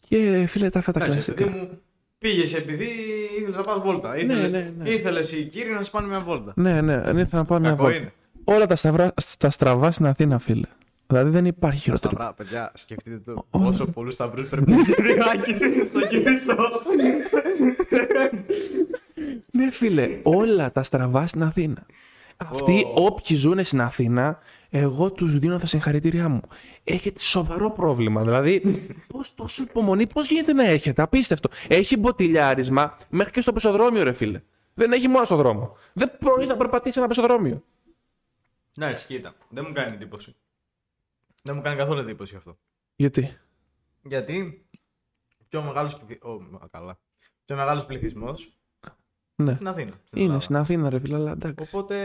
Speaker 2: Και φίλε, τα αυτά τα
Speaker 1: Εντάξει, παιδί
Speaker 2: κλασικά.
Speaker 1: μου, πήγες επειδή ήθελες να πας βόλτα. Ήθελες,
Speaker 2: ναι, ναι.
Speaker 1: ήθελες οι κύριοι να σου πάνε μια βόλτα.
Speaker 2: Ναι, ναι, ναι, θα πάω μια
Speaker 1: Κακό
Speaker 2: βόλτα.
Speaker 1: είναι.
Speaker 2: Όλα τα, σταυρά, τα στραβά στην Αθήνα, φίλε. Δηλαδή δεν υπάρχει χειρότερη.
Speaker 1: Σταυρά, παιδιά, σκεφτείτε το πόσο πολλούς σταυρούς πρέπει να γυρίσει στο
Speaker 2: (laughs)
Speaker 1: γυρίσω.
Speaker 2: Ναι, φίλε, όλα τα στραβά στην Αθήνα. Αυτοί όποιοι ζουν στην Αθήνα, εγώ τους δίνω τα συγχαρητήριά μου. Έχετε σοβαρό πρόβλημα. Δηλαδή, πώς τόσο υπομονή, πώς γίνεται να έχετε, απίστευτο. Έχει μποτιλιάρισμα μέχρι και στο πεζοδρόμιο, ρε φίλε. Δεν έχει μόνο στο δρόμο. Δεν μπορείς να περπατήσεις ένα πεζοδρόμιο.
Speaker 1: Ναι, έτσι κοίτα, δεν μου κάνει εντύπωση. Δεν μου κάνει καθόλου εντύπωση αυτό.
Speaker 2: Γιατί.
Speaker 1: Γιατί πιο μεγάλος, κυβι- Ω, μα, καλά. πιο μεγάλος πληθυσμός
Speaker 2: Ναι.
Speaker 1: στην Αθήνα. Στην
Speaker 2: Είναι
Speaker 1: Ελλάδα.
Speaker 2: στην Αθήνα, ρε φίλε, αλλά εντάξει.
Speaker 1: Οπότε.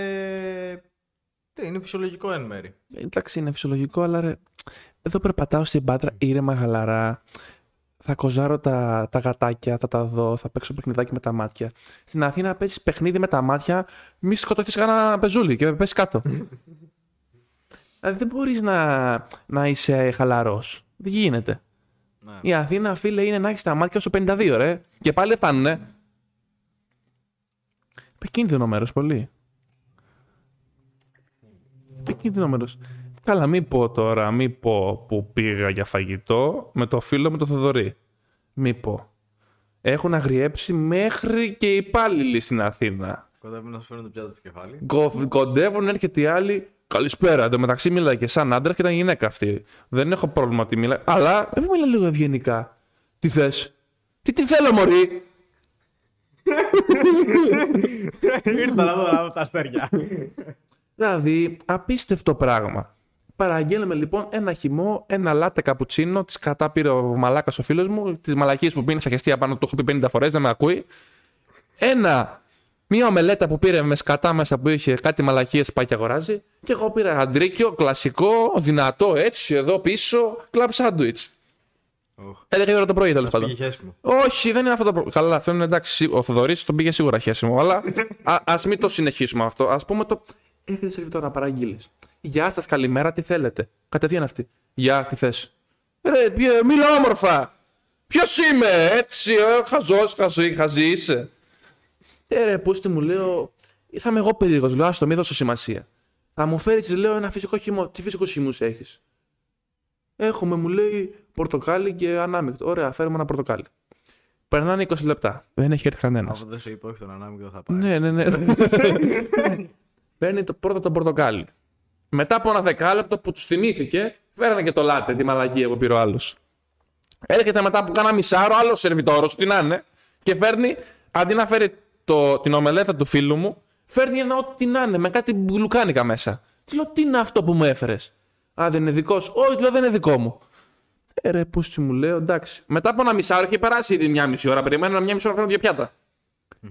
Speaker 1: Τι, είναι φυσιολογικό εν μέρη.
Speaker 2: Εντάξει, είναι φυσιολογικό, αλλά ρε. Εδώ περπατάω στην Πάτρα ήρεμα, γαλαρά. Θα κοζάρω τα, τα γατάκια, θα τα δω, θα παίξω παιχνιδάκι με τα μάτια. Στην Αθήνα παίζεις παιχνίδι με τα μάτια, μη σκοτωθείς κανένα πεζούλι και πέσει κάτω. δηλαδή δεν μπορείς να, να είσαι χαλαρός. Δεν γίνεται.
Speaker 1: Ναι.
Speaker 2: Η Αθήνα, φίλε, είναι να έχεις τα μάτια σου 52, ρε. Και πάλι δεν φτάνουνε. Επικίνδυνο μέρος πολύ. Επικίνδυνο μέρος. Καλά, μην πω τώρα, μην πω που πήγα για φαγητό με το φίλο μου το Θοδωρή. Μην πω. Έχουν αγριέψει μέχρι και οι υπάλληλοι στην Αθήνα.
Speaker 1: Κοντεύουν να σου φέρουν το πιάτο στο
Speaker 2: (laughs)
Speaker 1: κεφάλι.
Speaker 2: Γκο- Κοντεύουν, έρχεται η άλλη. Καλησπέρα. Εν τω μεταξύ μιλάει και σαν άντρα και ήταν γυναίκα αυτή. Δεν έχω πρόβλημα ότι μιλάει. Αλλά δεν μιλάει λίγο ευγενικά. Τι θες. Τι τη θέλω, Μωρή.
Speaker 1: Ήρθα να δω να δω τα (laughs) αστέρια.
Speaker 2: Δηλαδή, απίστευτο πράγμα. Παραγγέλνουμε λοιπόν ένα χυμό, ένα λάτε καπουτσίνο, τη κατά πήρε ο μαλάκας ο φίλος μου, τη μαλακή που πίνει στα χεστία πάνω, το έχω πει 50 φορές, δεν με ακούει. Ένα, μία ομελέτα που πήρε με σκατά μέσα που είχε κάτι μαλακίες πάει και αγοράζει. Και εγώ πήρα αντρίκιο, κλασικό, δυνατό, έτσι, εδώ πίσω, κλαμπ σάντουιτ. 11 η ώρα το πρωί τέλος πάντων.
Speaker 1: Πήγε χέσιμο.
Speaker 2: Όχι, δεν είναι αυτό το πρόβλημα. Καλά, αυτό είναι εντάξει. σί- Ο Θοδωρής τον πήγε σίγουρα χέσιμο. Αλλά α ας μην το συνεχίσουμε αυτό. Ας πούμε το. Έρχεται σερβιτό να παραγγείλεις. Γεια σας, καλημέρα, τι θέλετε. Κατευθείαν αυτή. Γεια, τι θες. Ρε, πιε- μίλα όμορφα. Ποιος είμαι, έτσι, ε, χαζός, χαζή, χαζή είσαι. Ε, ρε, πούστη μου λέω. Θα είμαι εγώ περίεργος. Λέω, άστο, μη δώσω σημασία. Θα μου φέρεις, λέω, ένα φυσικό χυμό. Τι φυσικό χυμούς έχεις. Έχουμε, μου λέει, πορτοκάλι και ανάμεικτο. Ωραία, φέρουμε ένα πορτοκάλι. Περνάνε 20 λεπτά. Δεν έχει έρθει κανένας.
Speaker 1: Αυτό δεν σου είπα, όχι τον ανάμεικο θα πάει.
Speaker 2: Ναι, ναι, ναι. Παίρνει το πρώτο τον πορτοκάλι. Μετά από ένα δεκάλεπτο που τους θυμήθηκε, φέρανε και το λάτε, τη μαλακία που πήρε ο άλλος. Έρχεται μετά που κάνα μισάρο, άλλο σερβιτόρο, τι να είναι, και φέρνει, αντί να φέρει το, την ομελέτα του φίλου μου, φέρνει ένα ό,τι να είναι, με κάτι μπουλουκάνικα μέσα. Τι λέω, τι είναι αυτό που μου έφερες. Α, δεν είναι δικός σου. Όχι, λέω, δεν είναι δικό μου. Ε, ρε, πούστη μου λέω, εντάξει. Μετά από ένα μισάωρο έχει περάσει ήδη μια μισή ώρα. Περιμένω μια μισή ώρα φέρνω δύο πιάτα.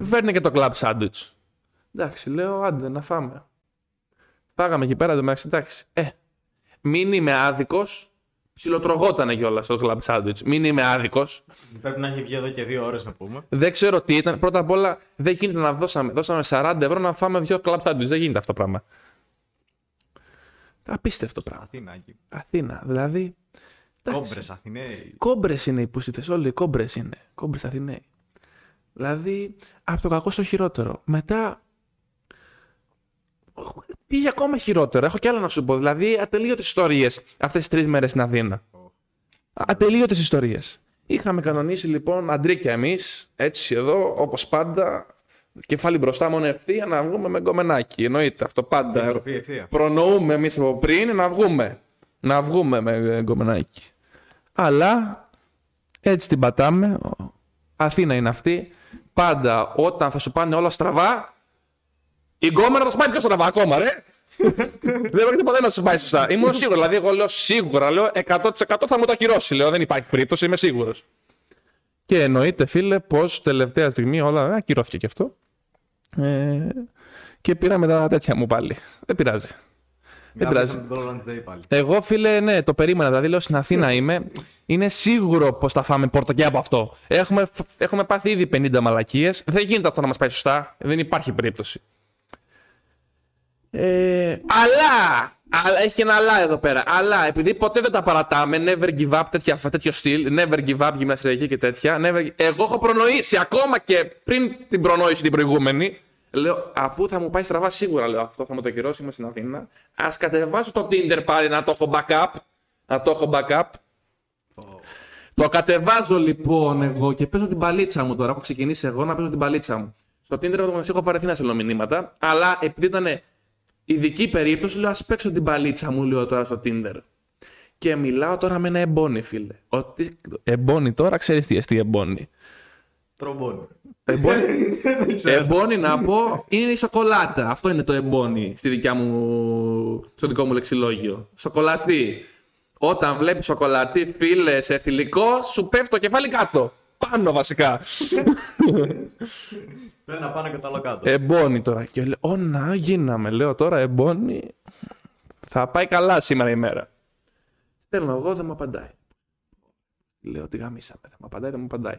Speaker 2: Φέρνει και το club sandwich. Εντάξει, λέω, άντε να φάμε. Πάγαμε εκεί πέρα, εντάξει, εντάξει. Ε, μην είμαι άδικος. Ψιλοτρογότανε κιόλας το club sandwich. Μην είμαι άδικος.
Speaker 1: Πρέπει να έχει βγει εδώ και δύο ώρες να πούμε.
Speaker 2: Δεν ξέρω τι ήταν. Πρώτα απ' όλα, δεν γίνεται να δώσαμε, δώσαμε 40 ευρώ να φάμε δύο club sandwich. Δεν γίνεται αυτό το πράγμα. Απίστευτο πράγμα.
Speaker 1: Αθήνα εκεί.
Speaker 2: Αθήνα, δηλαδή. εντάξει.
Speaker 1: Κόμπρες, Αθηναίοι.
Speaker 2: Κόμπρες είναι οι πούστητε. Όλοι οι κόμπρες είναι. Κόμπρες Αθηναίοι. Δηλαδή, από το κακό στο χειρότερο. Μετά. Πήγε ακόμα χειρότερο. Έχω κι άλλα να σου πω. Δηλαδή, ατελείωτες ιστορίες αυτές τις τρεις μέρες στην Αθήνα. Ατελείωτες ιστορίες. Είχαμε κανονίσει λοιπόν αντρίκια εμείς, έτσι εδώ, όπως πάντα. Κεφάλι μπροστά, μόνο ευθεία να βγούμε με γκομενάκι. Εννοείται αυτό πάντα.
Speaker 1: Επιστροφή ευθεία.
Speaker 2: Προνοούμε εμείς από πριν να βγούμε. Να βγούμε με γκομενάκι. Αλλά έτσι την πατάμε. Αθήνα είναι αυτή. Πάντα όταν θα σου πάνε όλα στραβά, η γκόμενα θα σου πάει πιο στραβά ακόμα, (laughs) ρε. δεν πρόκειται ποτέ να σου πάει σωστά. Ήμουν σίγουρος. Δηλαδή, εγώ λέω σίγουρα, λέω 100% θα μου το ακυρώσει. Λέω δεν υπάρχει περίπτωση, είμαι σίγουρος. Και εννοείται, φίλε, πως τελευταία στιγμή όλα. Ακυρώθηκε και αυτό. Ε, και πήραμε τα τέτοια μου πάλι. Δεν πειράζει.
Speaker 1: Δεν
Speaker 2: πειράζει.
Speaker 1: Τον Roland Day πάλι.
Speaker 2: Εγώ, φίλε, ναι, το περίμενα. Δηλαδή, λέω στην Αθήνα είμαι. Είναι σίγουρο πως θα φάμε πόρτα και από αυτό. Έχουμε, έχουμε πάθει ήδη 50 μαλακίες. Δεν γίνεται αυτό να μας πάει σωστά. Δεν υπάρχει περίπτωση. Ε, αλλά, αλλά! Έχει και ένα αλλά εδώ πέρα. Αλλά επειδή ποτέ δεν τα παρατάμε, never give up, τέτοια, τέτοιο στυλ, never give up γυμναστηριακή και τέτοια. Never... Εγώ έχω προνοήσει ακόμα και πριν την προνόηση την προηγούμενη. Λέω, αφού θα μου πάει στραβά σίγουρα, λέω αυτό θα μου το κυρώσει, είμαι στην Αθήνα. Ας κατεβάσω το Tinder πάλι να το έχω backup. Να το έχω backup. Το κατεβάζω λοιπόν εγώ και παίζω την παλίτσα μου τώρα. Έχω ξεκινήσει εγώ να παίζω την παλίτσα μου. Στο Tinder το έχω βαρεθεί να στέλνω μηνύματα, αλλά επειδή ήταν ειδική περίπτωση, λέω ας παίξω την παλίτσα μου, λέω τώρα στο Tinder. Και μιλάω τώρα με ένα εμπόνι, φίλε. Ότι εμπόνι τώρα ξέρεις τι εστί εμπόνι. (laughs)
Speaker 1: Τρομπόνι.
Speaker 2: Εμπόνι,
Speaker 1: Δεν ξέρω.
Speaker 2: εμπόνι να πω είναι η σοκολάτα. Αυτό είναι το εμπόνι στη δικιά μου, στο δικό μου λεξιλόγιο. Σοκολατή. Όταν βλέπεις σοκολατή, φίλε, σε θηλυκό, σου πέφτει το κεφάλι κάτω. Πάνω βασικά.
Speaker 1: Το ένα πάνω και το άλλο
Speaker 2: Ε,
Speaker 1: κάτω.
Speaker 2: Εμπόνι τώρα. Και λέω, Ω να γίναμε. Λέω τώρα εμπόνι. Θα πάει καλά σήμερα η μέρα. Στέλνω εγώ, δεν μου απαντάει. Λέω τι γαμίσαμε. Δεν μου απαντάει, δεν μου απαντάει.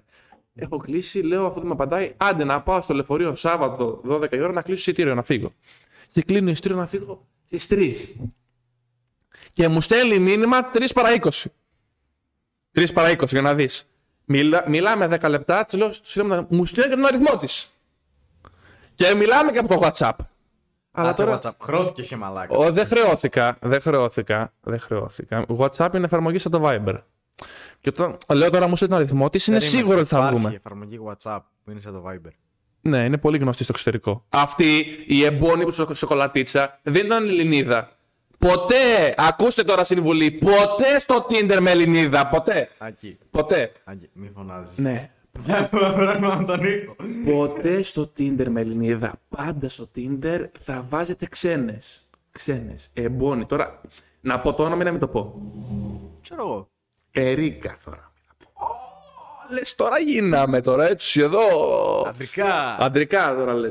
Speaker 2: Έχω κλείσει, λέω αφού δεν μου απαντάει, άντε να πάω στο λεωφορείο Σάββατο 12 η ώρα να κλείσω εισιτήριο να φύγω. Και κλείνω εισιτήριο να φύγω στις 3. Και μου στέλνει μήνυμα 3 παρα 20. 3 παρα 20 για να δεις. Μιλά, μιλάμε 10 λεπτά, της λέω, «Σου λέω, μου στέλνει και τον αριθμό της. Και μιλάμε και από το WhatsApp. Αλλά
Speaker 1: Αλλά
Speaker 2: τώρα. Ε,
Speaker 1: τώρα... Χρώθηκε σε μαλάκας.
Speaker 2: Ω, δεν χρεώθηκα. Δεν χρεώθηκα. Δεν χρεώθηκα. WhatsApp είναι εφαρμογή σαν το Viber. Και όταν λέω τώρα μου στέλνει τον αριθμό της, είναι
Speaker 1: Περίμενε,
Speaker 2: σίγουρο ότι θα
Speaker 1: υπάρχει
Speaker 2: βγούμε.
Speaker 1: εφαρμογή WhatsApp που είναι σαν το Viber.
Speaker 2: Ναι, είναι πολύ γνωστή στο εξωτερικό. Αυτή η εμπόνη που σου σοκολατίτσα δεν ήταν Ελληνίδα. Ποτέ, ακούστε τώρα συμβουλή, ποτέ στο Tinder με Ελληνίδα, ποτέ.
Speaker 1: Ακή.
Speaker 2: Ποτέ.
Speaker 1: Ακή. Μη φωνάζεις.
Speaker 2: Ναι.
Speaker 1: Πρέπει να τον ήχο.
Speaker 2: Ποτέ στο Tinder με Ελληνίδα. Πάντα στο Tinder θα βάζετε ξένες. Ξένες. Εμπόνι. Τώρα, να πω το όνομα ή να μην το πω.
Speaker 1: Ξέρω εγώ.
Speaker 2: Ερίκα τώρα. Λες τώρα γίναμε τώρα έτσι εδώ.
Speaker 1: Αντρικά.
Speaker 2: Αντρικά τώρα λες.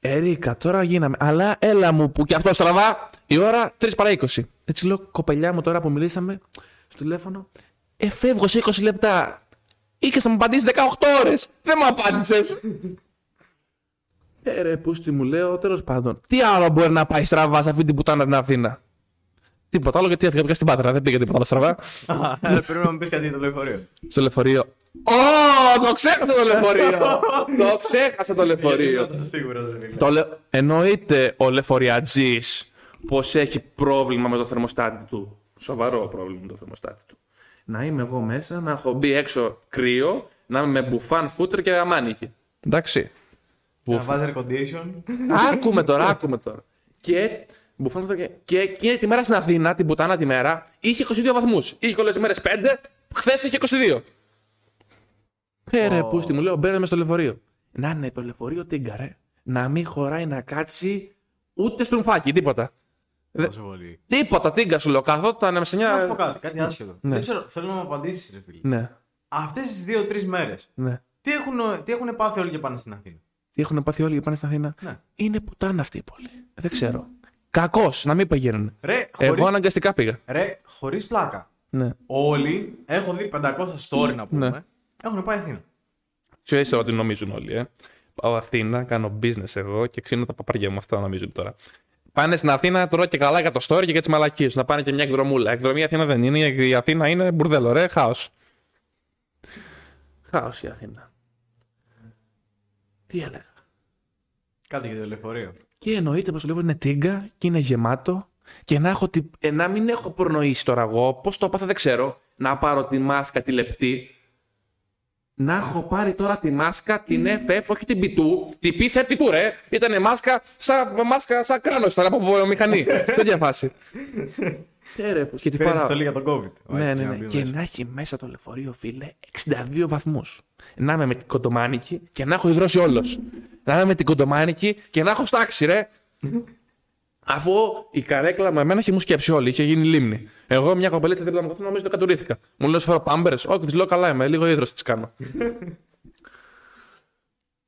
Speaker 2: Ερίκα, τώρα γίναμε. Αλλά έλα μου που κι αυτό στραβά. Η ώρα 3 παρα 20. Έτσι λέω κοπελιά μου τώρα που μιλήσαμε στο τηλέφωνο. Ε, φεύγω σε 20 λεπτά. Είχες να μου απαντήσεις 18 ώρες. Δεν μου απάντησες. ε, ρε, πούστη μου λέω, τέλος πάντων. Τι άλλο μπορεί να πάει στραβά σε αυτή την πουτάνα την Αθήνα. Τίποτα άλλο γιατί έφυγα πήγα στην Πάτρα. Δεν πήγα τίποτα άλλο στραβά.
Speaker 1: Ε, Πρέπει να μου πεις κάτι για το λεωφορείο.
Speaker 2: Στο λεωφορείο. Ω, το ξέχασα το (laughs) λεωφορείο! το ξέχασα το λεωφορείο.
Speaker 1: Δεν είσαι σίγουρος, ρε φίλε.
Speaker 2: το λε... Εννοείται ο λεωφοριατζής πως έχει πρόβλημα με το θερμοστάτη του. Σοβαρό πρόβλημα με το θερμοστάτη του. Να είμαι εγώ μέσα, να έχω μπει έξω κρύο, να είμαι με μπουφάν, φούτρ και αμάνικη. Εντάξει.
Speaker 1: Να βάζεις air condition.
Speaker 2: άκουμε τώρα, άκουμε τώρα. Και μπουφάν, φούτρ και, και εκείνη τη μέρα στην Αθήνα, την πουτάνα τη μέρα, είχε 22 βαθμούς. Είχε όλε τι μέρε 5, χθες είχε 22. Πέρε,
Speaker 1: Ω.
Speaker 2: oh. πούστη μου, λέω, μπαίνουμε στο λεωφορείο. Να είναι το λεωφορείο τίγκα, ρε. Να μην χωράει να κάτσει ούτε στρουμφάκι, τίποτα. Δε-
Speaker 1: Τόσο πολύ.
Speaker 2: Τίποτα, τίγκα σου λέω. Καθόταν σε μια.
Speaker 1: Να σου πω κάτι, κάτι άσχετο.
Speaker 2: Ναι.
Speaker 1: Δεν ξέρω, θέλω να μου απαντήσεις, ρε φίλε.
Speaker 2: Ναι,
Speaker 1: Αυτές τις δύο-τρει μέρες,
Speaker 2: ναι.
Speaker 1: τι έχουν, τι έχουν πάθει όλοι και πάνε στην Αθήνα.
Speaker 2: Τι έχουν πάθει όλοι και πάνε στην Αθήνα.
Speaker 1: Ναι.
Speaker 2: Είναι πουτάνα αυτή η πόλη. Δεν ξέρω. Κακώ, να μην πηγαίνουν.
Speaker 1: Ρε,
Speaker 2: Εγώ
Speaker 1: χωρίς,
Speaker 2: αναγκαστικά πήγα.
Speaker 1: ρε, χωρίς πλάκα.
Speaker 2: Ναι.
Speaker 1: Όλοι, έχω δει 500 story να πούμε,
Speaker 2: Ναι.
Speaker 1: έχουν πάει Αθήνα.
Speaker 2: Ξέρει τώρα τι νομίζουν όλοι. Ε. Πάω Αθήνα, κάνω business εγώ και ξύνω τα παπάρια μου. Αυτά νομίζουν τώρα. Πάνε στην Αθήνα, τρώω και καλά για το story και για τις μαλακίες. Να πάνε και μια εκδρομούλα. Εκδρομή η Αθήνα δεν είναι. Η Αθήνα είναι μπουρδέλο, ρε. Χάος. Χάος η Αθήνα. Τι έλεγα.
Speaker 1: Κάτι για το λεωφορείο.
Speaker 2: Και εννοείται πω το λίγο είναι τίγκα και είναι γεμάτο. Και να, έχω, τη- ε, να μην έχω προνοήσει τώρα εγώ, πώς το έπαθα δεν ξέρω. Να πάρω τη μάσκα τη λεπτή. Να έχω πάρει τώρα τη μάσκα, την FF, όχι την B2, την P32 ρε. Ήταν μάσκα σαν, μάσκα σαν κράνος ήταν από βιομηχανή. Τέτοια φάση. Ε, ρε, και τη
Speaker 1: Φέρνει
Speaker 2: φοράω.
Speaker 1: στολή για τον COVID.
Speaker 2: Ναι,
Speaker 1: Έτσι,
Speaker 2: ναι,
Speaker 1: να
Speaker 2: ναι.
Speaker 1: μπει
Speaker 2: Και
Speaker 1: μέσα.
Speaker 2: να έχει μέσα το λεωφορείο, φίλε, 62 βαθμούς. Να είμαι με την κοντομάνικη και να έχω υδρώσει όλος. Να είμαι με την κοντομάνικη και να έχω στάξει, ρε. Αφού η καρέκλα με εμένα είχε μου σκέψει όλη, είχε γίνει λίμνη. Εγώ μια κοπελίτσα δίπλα μου, καθόλου νομίζω το κατουρίθηκα. Μου λέω φέρω πάμπερε. Όχι, της λέω καλά είμαι, λίγο ύδρο της κάνω.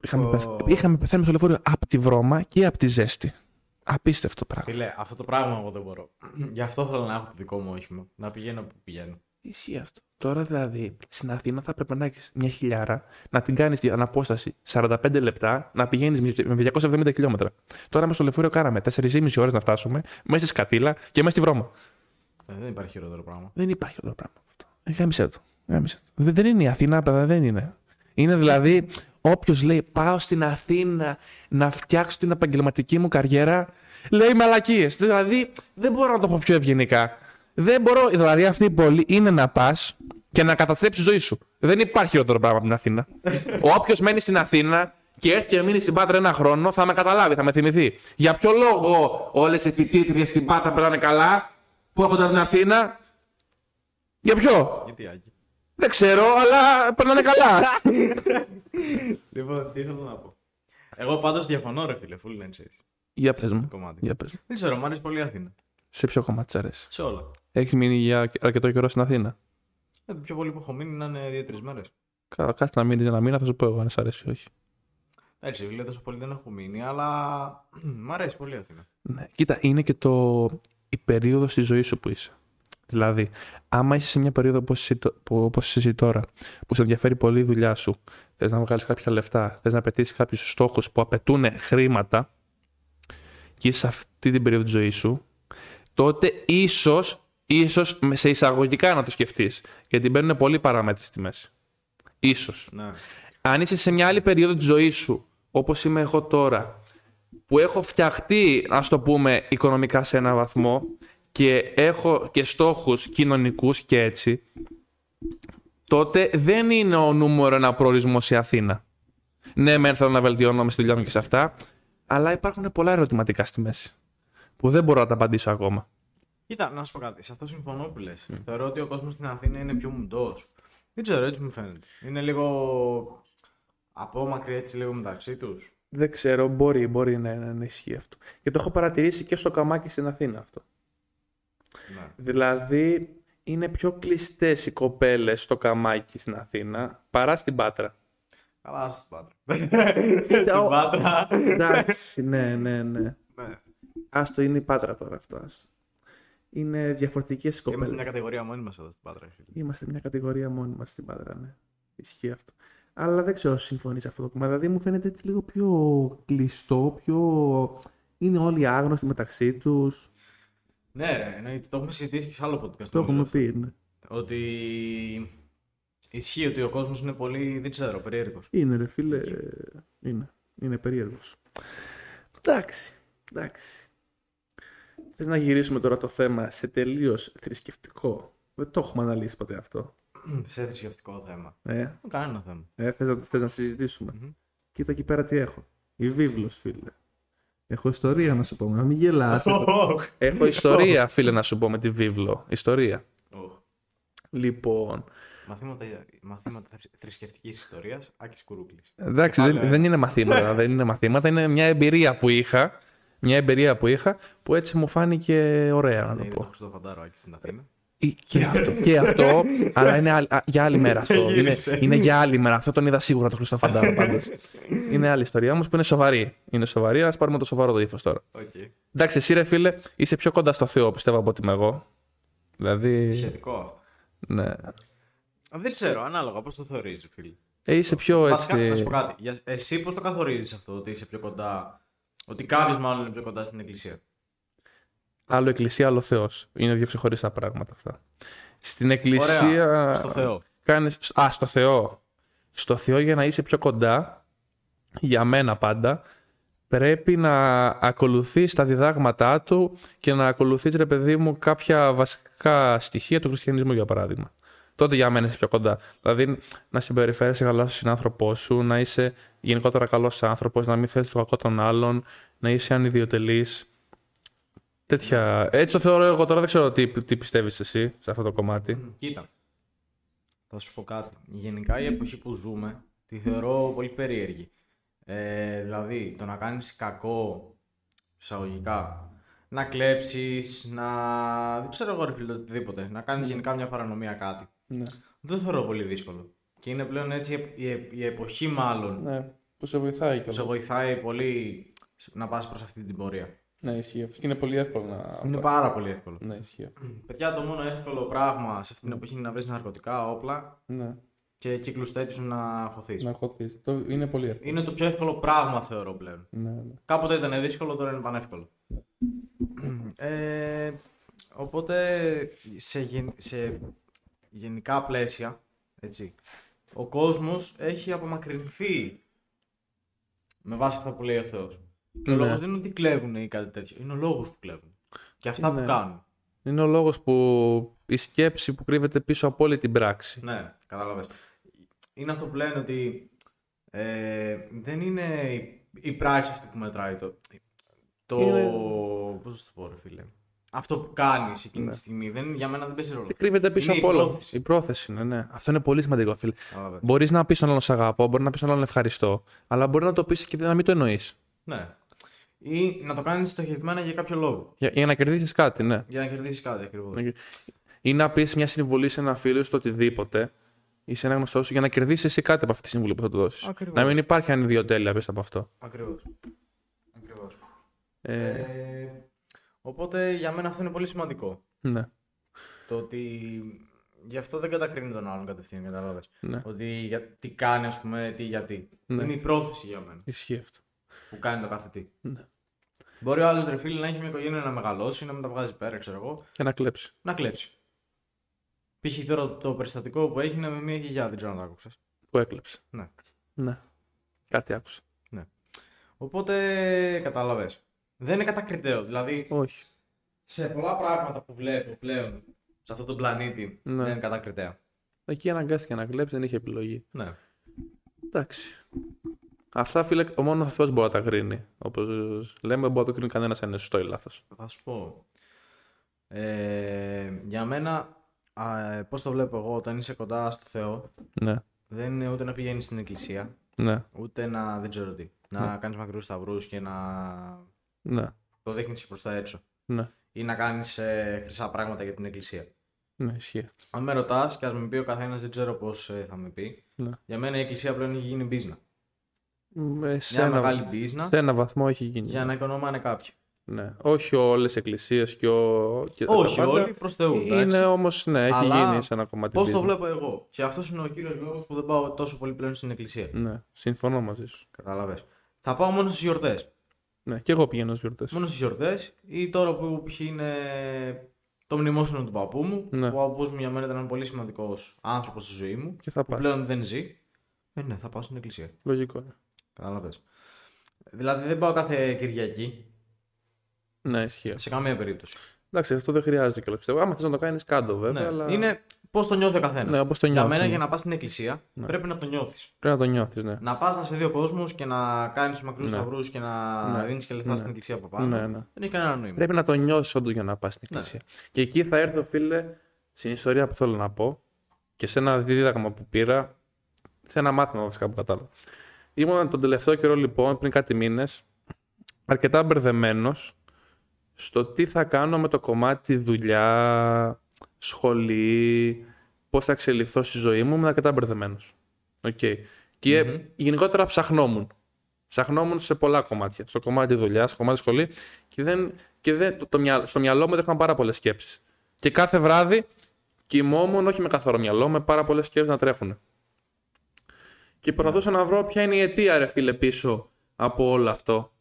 Speaker 2: είχαμε, πεθ... είχαμε πεθάνει στο λεωφορείο από τη βρώμα και από τη ζέστη. Απίστευτο πράγμα.
Speaker 1: Φίλε, αυτό το πράγμα εγώ δεν μπορώ. Γι' αυτό θέλω να έχω το δικό μου όχημα. Να πηγαίνω που πηγαίνω.
Speaker 2: Ισχύει αυτό. Τώρα δηλαδή στην Αθήνα θα πρέπει να έχεις μια χιλιάρα, να την κάνεις την αναπόσταση 45 λεπτά, να πηγαίνεις με 270 χιλιόμετρα. Τώρα μέσα στο λεωφορείο κάναμε 4,5 ώρες να φτάσουμε, μέσα στη σκατήλα και μέσα στη βρώμα.
Speaker 1: Ε, Δεν υπάρχει χειρότερο πράγμα.
Speaker 2: Δεν υπάρχει αυτό το πράγμα. Αυτό. Ε, Γάμισε το. Γάμισε το. Δεν δεν είναι η Αθήνα, παιδά, δεν είναι. Είναι δηλαδή όποιος λέει πάω στην Αθήνα να φτιάξω την επαγγελματική μου καριέρα, λέει μαλακίες. Δηλαδή δεν μπορώ να το πω πιο ευγενικά. Δεν μπορώ, δηλαδή αυτή η πόλη είναι να πας και να καταστρέψεις τη ζωή σου. Δεν υπάρχει χειρότερο πράγμα από την Αθήνα. Όποιος μένει στην Αθήνα και έρθει και μείνει στην Πάτρα ένα χρόνο, θα με καταλάβει, θα με θυμηθεί. Για ποιο λόγο όλες οι φοιτήτριες στην Πάτρα περνάνε καλά, που έρχονται από την Αθήνα, για ποιο?
Speaker 1: Γιατί άκη.
Speaker 2: Δεν ξέρω, αλλά περνάνε καλά.
Speaker 1: Λοιπόν, τι θέλω να πω. Εγώ πάντως διαφωνώ, ρε φίλε, full να ξέρεις.
Speaker 2: (laughs) για πες μου.
Speaker 1: Κομμάτι.
Speaker 2: Για πες.
Speaker 1: Δεν ξέρω, μου αρέσει πολύ η Αθήνα.
Speaker 2: Σε ποιο κομμάτι σ' αρέσει.
Speaker 1: Σε όλα.
Speaker 2: Έχεις μείνει για αρκετό καιρό στην Αθήνα.
Speaker 1: Ε, Το πιο πολύ που έχω μείνει να είναι δύο-τρει μέρες.
Speaker 2: Κα- Κάτσε να μείνεις ένα μήνα, θα σου πω εγώ αν σ' αρέσει ή όχι.
Speaker 1: Εντάξει, φίλε, τόσο πολύ δεν έχω μείνει, αλλά μου αρέσει πολύ η Αθήνα.
Speaker 2: Ναι. Κοίτα, είναι και το... η περίοδος της ζωής σου που είσαι. Δηλαδή, άμα είσαι σε μια περίοδο όπως εσύ, το- που- όπως είσαι εσύ τώρα, που σε ενδιαφέρει πολύ η δουλειά σου, θες να βγάλεις κάποια λεφτά, θες να πετύχεις κάποιους στόχους που απαιτούν χρήματα και είσαι σε αυτή την περίοδο της ζωής σου, τότε ίσως ίσως με- σε εισαγωγικά να το σκεφτείς. Γιατί μπαίνουν πολλοί παράμετροι στη μέση. Ίσως.
Speaker 1: Ναι.
Speaker 2: Αν είσαι σε μια άλλη περίοδο της ζωής σου, όπως είμαι εγώ τώρα, που έχω φτιαχτεί, ας το πούμε, οικονομικά σε έναν βαθμό και έχω και στόχους κοινωνικούς και έτσι, τότε δεν είναι ο νούμερο ένα προορισμό η Αθήνα. Ναι, μεν θέλω να βελτιώνομαι στη δουλειά μου και σε αυτά, αλλά υπάρχουν πολλά ερωτηματικά στη μέση που δεν μπορώ να τα απαντήσω ακόμα.
Speaker 1: Κοίτα, να σου πω κάτι. Σε αυτό συμφωνώ που λες. Θεωρώ ότι ο κόσμος στην Αθήνα είναι πιο μουντός. Δεν ξέρω, έτσι μου φαίνεται. Είναι λίγο απόμακροι έτσι λίγο μεταξύ τους.
Speaker 2: Δεν ξέρω, μπορεί, μπορεί να, να ισχύει αυτό. Και το έχω παρατηρήσει και στο καμάκι στην Αθήνα αυτό.
Speaker 1: Ναι.
Speaker 2: Δηλαδή, είναι πιο κλειστές οι κοπέλες στο καμάκι στην Αθήνα παρά στην Πάτρα.
Speaker 1: Καλά, ας στην Πάτρα. (laughs) στην
Speaker 2: ο-
Speaker 1: Πάτρα.
Speaker 2: Εντάξει, ναι, ναι, ναι.
Speaker 1: ναι.
Speaker 2: Άστο, είναι η Πάτρα τώρα αυτό. Άστο. Είναι διαφορετικές οι κοπέλες.
Speaker 1: Είμαστε μια κατηγορία μόνοι μας εδώ στην Πάτρα. φίλε.
Speaker 2: Είμαστε μια κατηγορία μόνοι μας στην Πάτρα, ναι. Ισχύει αυτό. Αλλά δεν ξέρω αν συμφωνείς σε αυτό το κομμάτι. Δηλαδή, μου φαίνεται έτσι λίγο πιο κλειστό, πιο. Είναι όλοι άγνωστοι μεταξύ τους.
Speaker 1: Ναι, ρε, εννοείται. Το έχουμε συζητήσει και σε άλλο podcast.
Speaker 2: Το έχουμε
Speaker 1: νομίζω.
Speaker 2: πει, ναι.
Speaker 1: Ότι ισχύει ότι ο κόσμος είναι πολύ, δεν ξέρω, περίεργος.
Speaker 2: Είναι ρε φίλε, είναι. Είναι περίεργος. Εντάξει, εντάξει. Θες να γυρίσουμε τώρα το θέμα σε τελείως θρησκευτικό. Δεν το έχουμε αναλύσει ποτέ αυτό.
Speaker 1: σε θρησκευτικό θέμα.
Speaker 2: Ε,
Speaker 1: Δεν κανένα (laughs) θέμα.
Speaker 2: ε, θες, να, το- θες να συζητησουμε Κοίτα εκεί πέρα τι έχω. Η βίβλος, φίλε. Έχω ιστορία να σου πω, να μην (laughs) γελάς. έχω ιστορία, φίλε, να σου πω με τη βίβλο. Ιστορία.
Speaker 1: Οχ.
Speaker 2: Λοιπόν,
Speaker 1: Μαθήματα, μαθήματα θρησκευτικής ιστορίας, Άκης Κουρούκλης.
Speaker 2: Εντάξει, δεν,
Speaker 1: Πάλι, ε.
Speaker 2: δεν είναι μαθήματα. δεν είναι μαθήματα. Είναι μια εμπειρία που είχα. Μια εμπειρία που είχα που έτσι μου φάνηκε ωραία να
Speaker 1: Είναι
Speaker 2: το
Speaker 1: Ναι, το
Speaker 2: πω.
Speaker 1: Χριστοφαντάρο Άκη στην Αθήνα.
Speaker 2: Ή- Και αυτό, και αυτό αλλά είναι άλλη- α, για άλλη μέρα αυτό. είναι,
Speaker 1: Γύρισε.
Speaker 2: είναι για άλλη μέρα. Αυτό τον είδα σίγουρα το Χριστοφαντάρο πάντως. είναι άλλη ιστορία όμως που είναι σοβαρή. Είναι σοβαρή, ας πάρουμε το σοβαρό το ύφος τώρα.
Speaker 1: Οκ.
Speaker 2: Εντάξει, εσύ ρε φίλε, είσαι πιο κοντά στο Θεό πιστεύω από ότι είμαι εγώ. Δηλαδή.
Speaker 1: Σχετικό αυτό.
Speaker 2: ναι.
Speaker 1: Α, Δεν ξέρω, ανάλογα πώς το θεωρείς, φίλε.
Speaker 2: Ε, είσαι πιο
Speaker 1: Βασικά, να σου
Speaker 2: έτσι.
Speaker 1: πω κάτι. Για- Εσύ πώς το καθορίζεις αυτό ότι είσαι πιο κοντά. Ότι κάποιος μάλλον είναι πιο κοντά στην εκκλησία.
Speaker 2: Άλλο εκκλησία, άλλο Θεός. Είναι δύο ξεχωριστά πράγματα αυτά. Στην εκκλησία.
Speaker 1: Ωραία. Στο Θεό.
Speaker 2: Κάνεις... Α, στο Θεό. Στο Θεό για να είσαι πιο κοντά, για μένα πάντα, πρέπει να ακολουθείς τα διδάγματά του και να ακολουθείς, ρε παιδί μου, κάποια βασικά στοιχεία του χριστιανισμού, για παράδειγμα. Τότε για μένα είσαι πιο κοντά. Δηλαδή, να συμπεριφέρεσαι καλά στον συνάνθρωπό σου, να είσαι γενικότερα καλός άνθρωπος, να μην θέλεις το κακό των άλλων, να είσαι ανιδιοτελής. Τέτοια. Έτσι το θεωρώ εγώ τώρα, δεν ξέρω τι, τι πιστεύεις εσύ σε αυτό το κομμάτι.
Speaker 1: Κοίτα. Θα σου πω κάτι. Γενικά η εποχή που ζούμε τη θεωρώ πολύ περίεργη. Ε, δηλαδή, το να κάνεις κακό, εισαγωγικά, να κλέψεις, να... δεν ξέρω εγώ ρε φίλε, οτιδήποτε, να
Speaker 2: Ναι.
Speaker 1: κάνεις γενικά μια παρανομία κάτι.
Speaker 3: Ναι.
Speaker 1: Δεν θεωρώ πολύ δύσκολο. Και είναι πλέον έτσι η, ε- η, ε- η εποχή μάλλον
Speaker 3: ναι. Που σε βοηθάει
Speaker 1: που σε
Speaker 3: κιόλας.
Speaker 1: βοηθάει πολύ να πας προς αυτή την πορεία.
Speaker 3: Ναι, ισχύει αυτό. Και είναι πολύ εύκολο να.
Speaker 1: Είναι πάρα πολύ εύκολο.
Speaker 3: Ναι, ισχύει αυτό.
Speaker 1: Παιδιά, το μόνο εύκολο πράγμα σε αυτή την εποχή είναι να βρεις ναρκωτικά, όπλα
Speaker 3: Ναι.
Speaker 1: και κύκλους τέτοιους να χωθείς.
Speaker 2: Ναι.
Speaker 3: Να χωθεί. Το... Είναι πολύ εύκολο.
Speaker 1: Είναι το πιο εύκολο πράγμα, θεωρώ πλέον.
Speaker 3: Ναι, ναι.
Speaker 1: Κάποτε ήταν δύσκολο, τώρα είναι πανεύκολο. (clears throat) Ε, οπότε, σε, γεν- σε γενικά πλαίσια, έτσι, ο κόσμος έχει απομακρυνθεί με βάση αυτά που λέει ο Θεός. Και ο
Speaker 2: Ναι.
Speaker 1: λόγος δεν είναι ότι κλέβουν ή κάτι τέτοιο. Είναι ο λόγος που κλέβουν. Και αυτά
Speaker 2: Ναι.
Speaker 1: που κάνουν.
Speaker 2: Είναι ο λόγος που η σκέψη που κρύβεται πίσω από όλη την πράξη.
Speaker 1: Ναι, κατάλαβες. Είναι αυτό που λένε ότι ε, δεν είναι η, η πράξη αυτή που μετράει το. Το.
Speaker 2: Είναι-
Speaker 1: Πώς να σου το πω, ρε φίλε. Αυτό που κάνεις εκείνη
Speaker 2: Ναι.
Speaker 1: τη στιγμή δεν, για μένα δεν παίζει ρόλο.
Speaker 2: Τι κρύβεται πίσω
Speaker 1: Είναι
Speaker 2: από
Speaker 1: η
Speaker 2: όλα.
Speaker 1: πρόθεση.
Speaker 2: Η πρόθεση είναι, ναι. Αυτό είναι πολύ σημαντικό, φίλε.
Speaker 1: Κατάλαβες.
Speaker 2: Μπορείς να πεις τον άλλον σε αγαπώ, μπορεί να πεις τον άλλον ευχαριστώ, αλλά μπορεί να το πεις και να μην το εννοείς.
Speaker 1: Ναι. Ή να το κάνεις στοχευμένα για κάποιο λόγο.
Speaker 2: Για, για να κερδίσεις κάτι, ναι.
Speaker 1: Για να κερδίσεις κάτι ακριβώς.
Speaker 2: Να κερ- Ή να πεις μια συμβολή σε ένα φίλο στο οτιδήποτε ή σε ένα γνωστό σου για να κερδίσεις εσύ κάτι από αυτή τη συμβουλή που θα του δώσεις.
Speaker 1: Ακριβώς.
Speaker 2: Να μην υπάρχει ανιδιοτέλεια πίσω από αυτό.
Speaker 1: Ακριβώς. Ακριβώς.
Speaker 2: Ε,
Speaker 1: Ε, οπότε για μένα αυτό είναι πολύ σημαντικό.
Speaker 2: ναι.
Speaker 1: Το ότι γι' αυτό δεν κατακρίνει τον άλλον κατευθείαν, κατάλαβες.
Speaker 2: Ναι.
Speaker 1: Ότι για, τι κάνει, ας πούμε, τι γιατί.
Speaker 2: Ναι.
Speaker 1: Είναι η πρόθεση για μένα
Speaker 2: Ισχύει αυτό.
Speaker 1: που κάνει το κάθε τι.
Speaker 2: Ναι.
Speaker 1: Μπορεί ο άλλος ρε φίλε να έχει μια οικογένεια να μεγαλώσει, να μην τα βγάζει πέρα, ξέρω εγώ,
Speaker 2: Και να κλέψει.
Speaker 1: να κλέψει. Π.χ. τώρα το περιστατικό που έγινε με μια γιαγιά, δεν ξέρω αν το άκουσες.
Speaker 2: Που έκλεψε.
Speaker 1: Ναι.
Speaker 2: Ναι. Κάτι άκουσα.
Speaker 1: Οπότε κατάλαβες. Δεν είναι κατακριτέο. Δηλαδή
Speaker 2: Όχι.
Speaker 1: σε πολλά πράγματα που βλέπω πλέον σε αυτόν τον πλανήτη
Speaker 2: Ναι.
Speaker 1: δεν είναι κατακριτέα.
Speaker 2: Εκεί αναγκάστηκε να κλέψει, δεν είχε επιλογή.
Speaker 1: Ναι.
Speaker 2: Εντάξει. Αυτά φίλε, ο μόνος Θεός μπορεί να τα κρίνει. Όπως λέμε, δεν μπορεί να το κρίνει κανένας αν είναι σωστό ή λάθος.
Speaker 1: Θα σου πω. Ε, για μένα, α, ε, πώς το βλέπω εγώ, όταν είσαι κοντά στο Θεό,
Speaker 2: Ναι,
Speaker 1: δεν είναι ούτε να πηγαίνεις στην εκκλησία,
Speaker 2: ναι,
Speaker 1: ούτε να δεν ξέρω τι. Να κάνεις μακρινούς σταυρούς και να
Speaker 2: ναι,
Speaker 1: το δείχνεις και προς τα έξω.
Speaker 2: ναι,
Speaker 1: Ή να κάνεις ε, χρυσά πράγματα για την εκκλησία.
Speaker 2: ναι, ισχύει. αυτό.
Speaker 1: Αν με ρωτάς και ας με πει ο καθένας δεν ξέρω πώς ε, θα με πει.
Speaker 2: Ναι.
Speaker 1: Για μένα η εκκλησία πλέον έχει γίνει μπίζνα.
Speaker 2: Ε, σε,
Speaker 1: Μια
Speaker 2: ένα,
Speaker 1: μεγάλη μπίζνα
Speaker 2: σε ένα βαθμό έχει γίνει.
Speaker 1: για να οικονομάνε κάποιοι.
Speaker 2: Ναι. Όχι όλες οι εκκλησίες και, ο... και τα
Speaker 1: Όχι
Speaker 2: Ε, πάντα.
Speaker 1: όλοι, προς Θεού. εντάξει.
Speaker 2: Είναι όμως, ναι, έχει
Speaker 1: Αλλά
Speaker 2: γίνει σε ένα κομμάτι.
Speaker 1: Πώς το
Speaker 2: business.
Speaker 1: βλέπω εγώ. Και αυτός είναι ο κύριος λόγος που δεν πάω τόσο πολύ πλέον στην εκκλησία.
Speaker 2: Ναι, συμφωνώ μαζί σου.
Speaker 1: Κατάλαβε. Θα πάω μόνο στις γιορτές.
Speaker 2: Ναι, και εγώ πηγαίνω στις γιορτές.
Speaker 1: Μόνο στις γιορτές ή τώρα που π.χ. είναι το μνημόσυνο του παππού μου.
Speaker 2: Ναι.
Speaker 1: Που ο παππούς μου για μένα ήταν ένα πολύ σημαντικός άνθρωπος στη ζωή μου.
Speaker 2: Και θα
Speaker 1: Που
Speaker 2: πας.
Speaker 1: πλέον δεν ζει. Ε, ναι, θα πάω στην εκκλησία.
Speaker 2: Λογικό. ναι.
Speaker 1: Κατάλαβες. Δηλαδή δεν πάω κάθε Κυριακή
Speaker 2: Ναι, ισχύει. αυτό.
Speaker 1: σε καμία περίπτωση.
Speaker 2: Εντάξει, αυτό δεν χρειάζεται κιόλας πιστεύω. Άμα θες να το κάνεις, κάτω βέβαια.
Speaker 1: Ναι.
Speaker 2: Αλλά...
Speaker 1: Είναι πώς το νιώθει ο καθένας.
Speaker 2: Ναι, όπως το
Speaker 1: για
Speaker 2: νιώθει,
Speaker 1: μένα,
Speaker 2: ναι.
Speaker 1: για να πας στην εκκλησία, πρέπει να το νιώθεις.
Speaker 2: Πρέπει να το νιώθεις, ναι.
Speaker 1: Να πας να σε δύο κόσμου και να κάνεις τους μακρούς ναι. σταυρούς και να
Speaker 2: Ναι.
Speaker 1: δίνεις και λεφτά στην εκκλησία από πάνω.
Speaker 2: Ναι, ναι.
Speaker 1: Δεν έχει κανένα νόημα.
Speaker 2: Πρέπει να το νιώσεις όντως για να πας στην εκκλησία. Και εκεί θα έρθω, φίλε, στην ιστορία που θέλω να πω και σε ένα δίδαγμα που πήρα, σε ένα μάθημα βασικά που κατάλαβα. Ήμουν τον τελευταίο καιρό, λοιπόν, πριν κάτι μήνες, αρκετά μπερδεμένος στο τι θα κάνω με το κομμάτι δουλειά, σχολή, πώς θα εξελιχθώ στη ζωή μου. Ήμουν αρκετά μπερδεμένος. Okay. Και γενικότερα ψαχνόμουν. Ψαχνόμουν σε πολλά κομμάτια. Στο κομμάτι δουλειάς, στο κομμάτι σχολή. Και, δεν, και δεν, το, το μυα- στο μυαλό μου δεν πάρα πολλές σκέψεις. Και κάθε βράδυ κοιμόμουν, όχι με καθαρό μυαλό, με πάρα πολλές σκέψεις να τρέχουν. Και προσπαθούσα να βρω ποια είναι η αιτία, ρε φίλε, πίσω από όλο αυτό.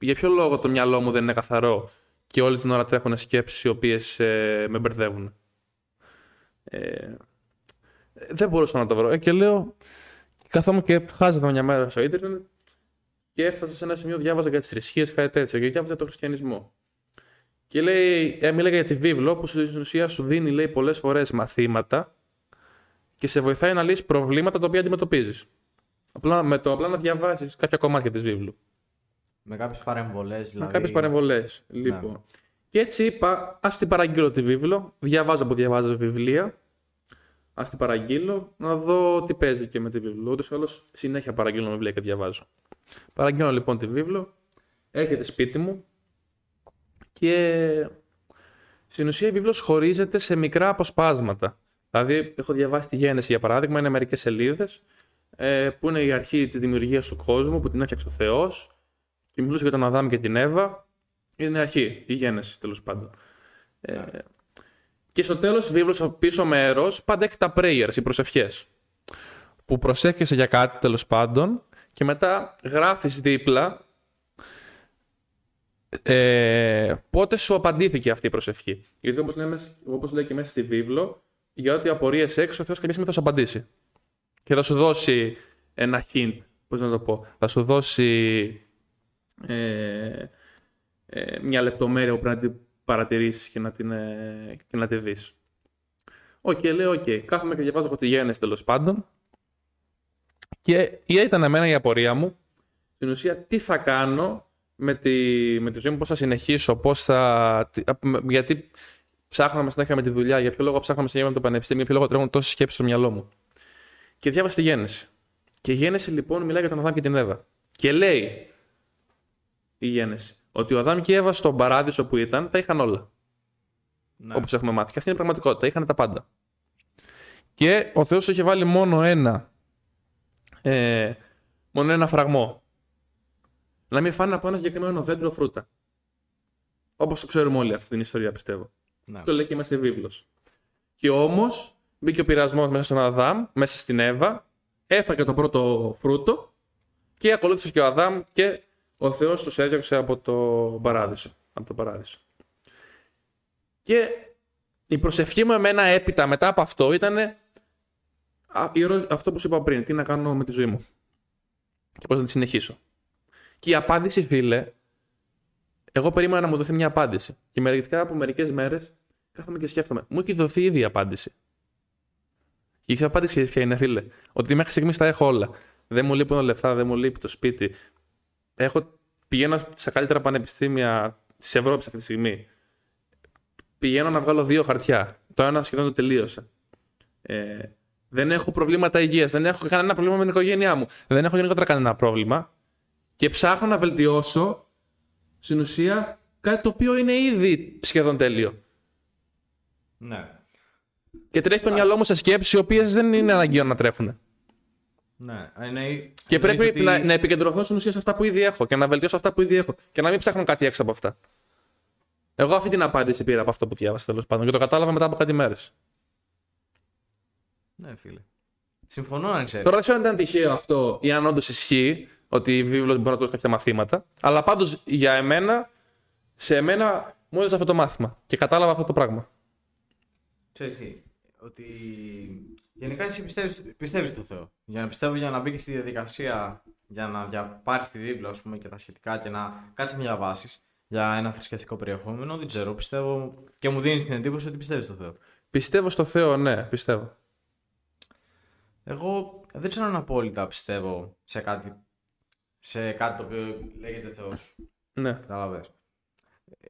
Speaker 2: Για ποιο λόγο το μυαλό μου δεν είναι καθαρό και όλη την ώρα τρέχουν σκέψεις οι οποίες με μπερδεύουν. Ε, δεν μπορούσα να το βρω. Ε, και λέω, καθόμουν και χάζευα μια μέρα στο ίντερνετ και έφτασα σε ένα σημείο, διάβαζα για τις θρησκείες, κάτι τέτοιο, και διάβαζα το χριστιανισμό. Και λέει, ε, μίλαγε για τη βίβλο που στην ουσία σου δίνει, λέει, πολλές φορές μαθήματα και σε βοηθάει να λύσεις προβλήματα τα οποία αντιμετωπίζεις. Απλά, με το απλά να διαβάσεις κάποια κομμάτια της βίβλου.
Speaker 1: Με κάποιες παρεμβολές δηλαδή.
Speaker 2: Με κάποιες παρεμβολές. Λοιπόν. Και έτσι είπα, ας την παραγγείλω τη βίβλο. Διαβάζω που διαβάζω βιβλία. Ας την παραγγείλω να δω τι παίζει και με τη βίβλο. Ούτως ή άλλως συνέχεια παραγγείλω βιβλία και διαβάζω. Παραγγείλω λοιπόν τη βίβλο. Έρχεται σπίτι μου. Και στην ουσία η βίβλος χωρίζεται σε μικρά αποσπάσματα. Δηλαδή, έχω διαβάσει τη Γένεση για παράδειγμα, είναι μερικές σελίδες ε, που είναι η αρχή της δημιουργίας του κόσμου που την έφτιαξε ο Θεός και μιλούσε για τον Αδάμ και την Εύα. Είναι αρχή, η γένεση τέλος πάντων. Ε, και στο τέλος βίβλος, στο πίσω μέρος, πάντα έχει τα prayers, οι προσευχές. Που προσεύχεσαι για κάτι τέλος πάντων και μετά γράφεις δίπλα ε, πότε σου απαντήθηκε αυτή η προσευχή. Γιατί όπως όπως λέει και μέσα στη βίβλο, για ό,τι απορίες έξω, ο Θεός κάποια στιγμή θα σου απαντήσει. Και θα σου δώσει ένα hint, πώς να το πω. Θα σου δώσει ε, ε, μια λεπτομέρεια που πρέπει να την παρατηρήσεις και να, την, ε, και να τη δεις. Οκ, λέω, οκ. Κάθομαι και διαβάζω από τη γέννηση τέλος πάντων. Και ποια ήταν εμένα η απορία μου. Στην ουσία, τι θα κάνω με τη, με τη ζωή μου, πώς θα συνεχίσω, πώς θα... τι- α, μ- Γιατί ψάχναμε συνέχεια με τη δουλειά, για ποιο λόγο ψάχναμε συνέχεια με το πανεπιστήμιο, για ποιο λόγο τρέχουν τόσες σκέψεις στο μυαλό μου. Και διάβασα τη γέννηση. Και η γέννηση λοιπόν μιλάει για τον Αδάμ και την Εύα. Και λέει η γέννηση. Ότι ο Αδάμ και η Εύα στον παράδεισο που ήταν τα είχαν όλα.
Speaker 1: Ναι.
Speaker 2: Όπως έχουμε μάθει. Και αυτή είναι η πραγματικότητα. Είχαν τα πάντα. Και ο Θεός είχε βάλει μόνο ένα. Ε, μόνο ένα φραγμό. Να μην φάνε από ένα συγκεκριμένο δέντρο φρούτα. Όπως το ξέρουμε όλοι αυτή την ιστορία, πιστεύω.
Speaker 1: Ναι.
Speaker 2: Το λέει και είμαστε βίβλος. Και όμως μπήκε ο πειρασμός μέσα στον Αδάμ, μέσα στην Εύα, έφαγε το πρώτο φρούτο και ακολούθησε και ο Αδάμ και ο Θεός τους έδιωξε από το παράδεισο. Από το παράδεισο. Και η προσευχή μου εμένα έπειτα μετά από αυτό ήταν αυτό που σου είπα πριν. Τι να κάνω με τη ζωή μου και πώς να τη συνεχίσω. Και η απάντηση, φίλε, εγώ περίμενα να μου δοθεί μια απάντηση. Και μερικά από μερικές μέρες κάθομαι και σκέφτομαι. Μου έχει δοθεί ήδη η απάντηση. Και η απάντηση ποια είναι, φίλε. Ότι μέχρι στιγμής τα έχω όλα. Δεν μου λείπουν λεφτά, δεν μου λείπει το σπίτι. Έχω, πηγαίνω στα καλύτερα πανεπιστήμια της Ευρώπης αυτή τη στιγμή. Πηγαίνω να βγάλω δύο χαρτιά. Το ένα σχεδόν το τελείωσα. Ε, δεν έχω προβλήματα υγείας. Δεν έχω κανένα πρόβλημα με την οικογένειά μου. Δεν έχω γενικότερα κανένα πρόβλημα. Και ψάχνω να βελτιώσω στην ουσία κάτι το οποίο είναι ήδη σχεδόν τέλειο.
Speaker 1: ναι.
Speaker 2: Και τρέχει το μυαλό μου σε σκέψεις οι οποίες δεν είναι αναγκαίο να τρέχουν.
Speaker 1: Ναι. Εννοεί-
Speaker 2: Και
Speaker 1: εννοείς
Speaker 2: πρέπει ναι.
Speaker 1: ότι-
Speaker 2: να, να επικεντρωθώ στην ουσία σε αυτά που ήδη έχω και να βελτιώσω αυτά που ήδη έχω και να μην ψάχνω κάτι έξω από αυτά. Εγώ αυτή την απάντηση πήρα από αυτό που διάβασα τέλος πάντων και το κατάλαβα μετά από κάτι μέρες.
Speaker 1: Ναι, φίλε. Συμφωνώ αν ξέρεις.
Speaker 2: Τώρα δεν ξέρω αν ήταν τυχαίο αυτό ή αν όντως ισχύει ότι η βίβλος μπορεί να δώσει κάποια μαθήματα. Αλλά πάντως για εμένα, σε εμένα μου έδωσε αυτό το μάθημα και κατάλαβα αυτό το πράγμα.
Speaker 1: Ξέρεις τι, ότι γενικά εσύ πιστεύεις, πιστεύεις στο Θεό. Για να πιστεύω, για να μπει και στη διαδικασία, για να δια... πάρεις τη βίβλο ας πούμε και τα σχετικά και να κάτσεις να διαβάσεις για ένα θρησκευτικό περιεχόμενο, δεν ξέρω, πιστεύω και μου δίνεις την εντύπωση ότι πιστεύεις στο Θεό.
Speaker 2: Πιστεύω στο Θεό, ναι, πιστεύω.
Speaker 1: Εγώ δεν ξέρω αν απόλυτα πιστεύω σε κάτι, σε κάτι το οποίο λέγεται Θεός.
Speaker 2: Ναι.
Speaker 1: Κατάλαβε.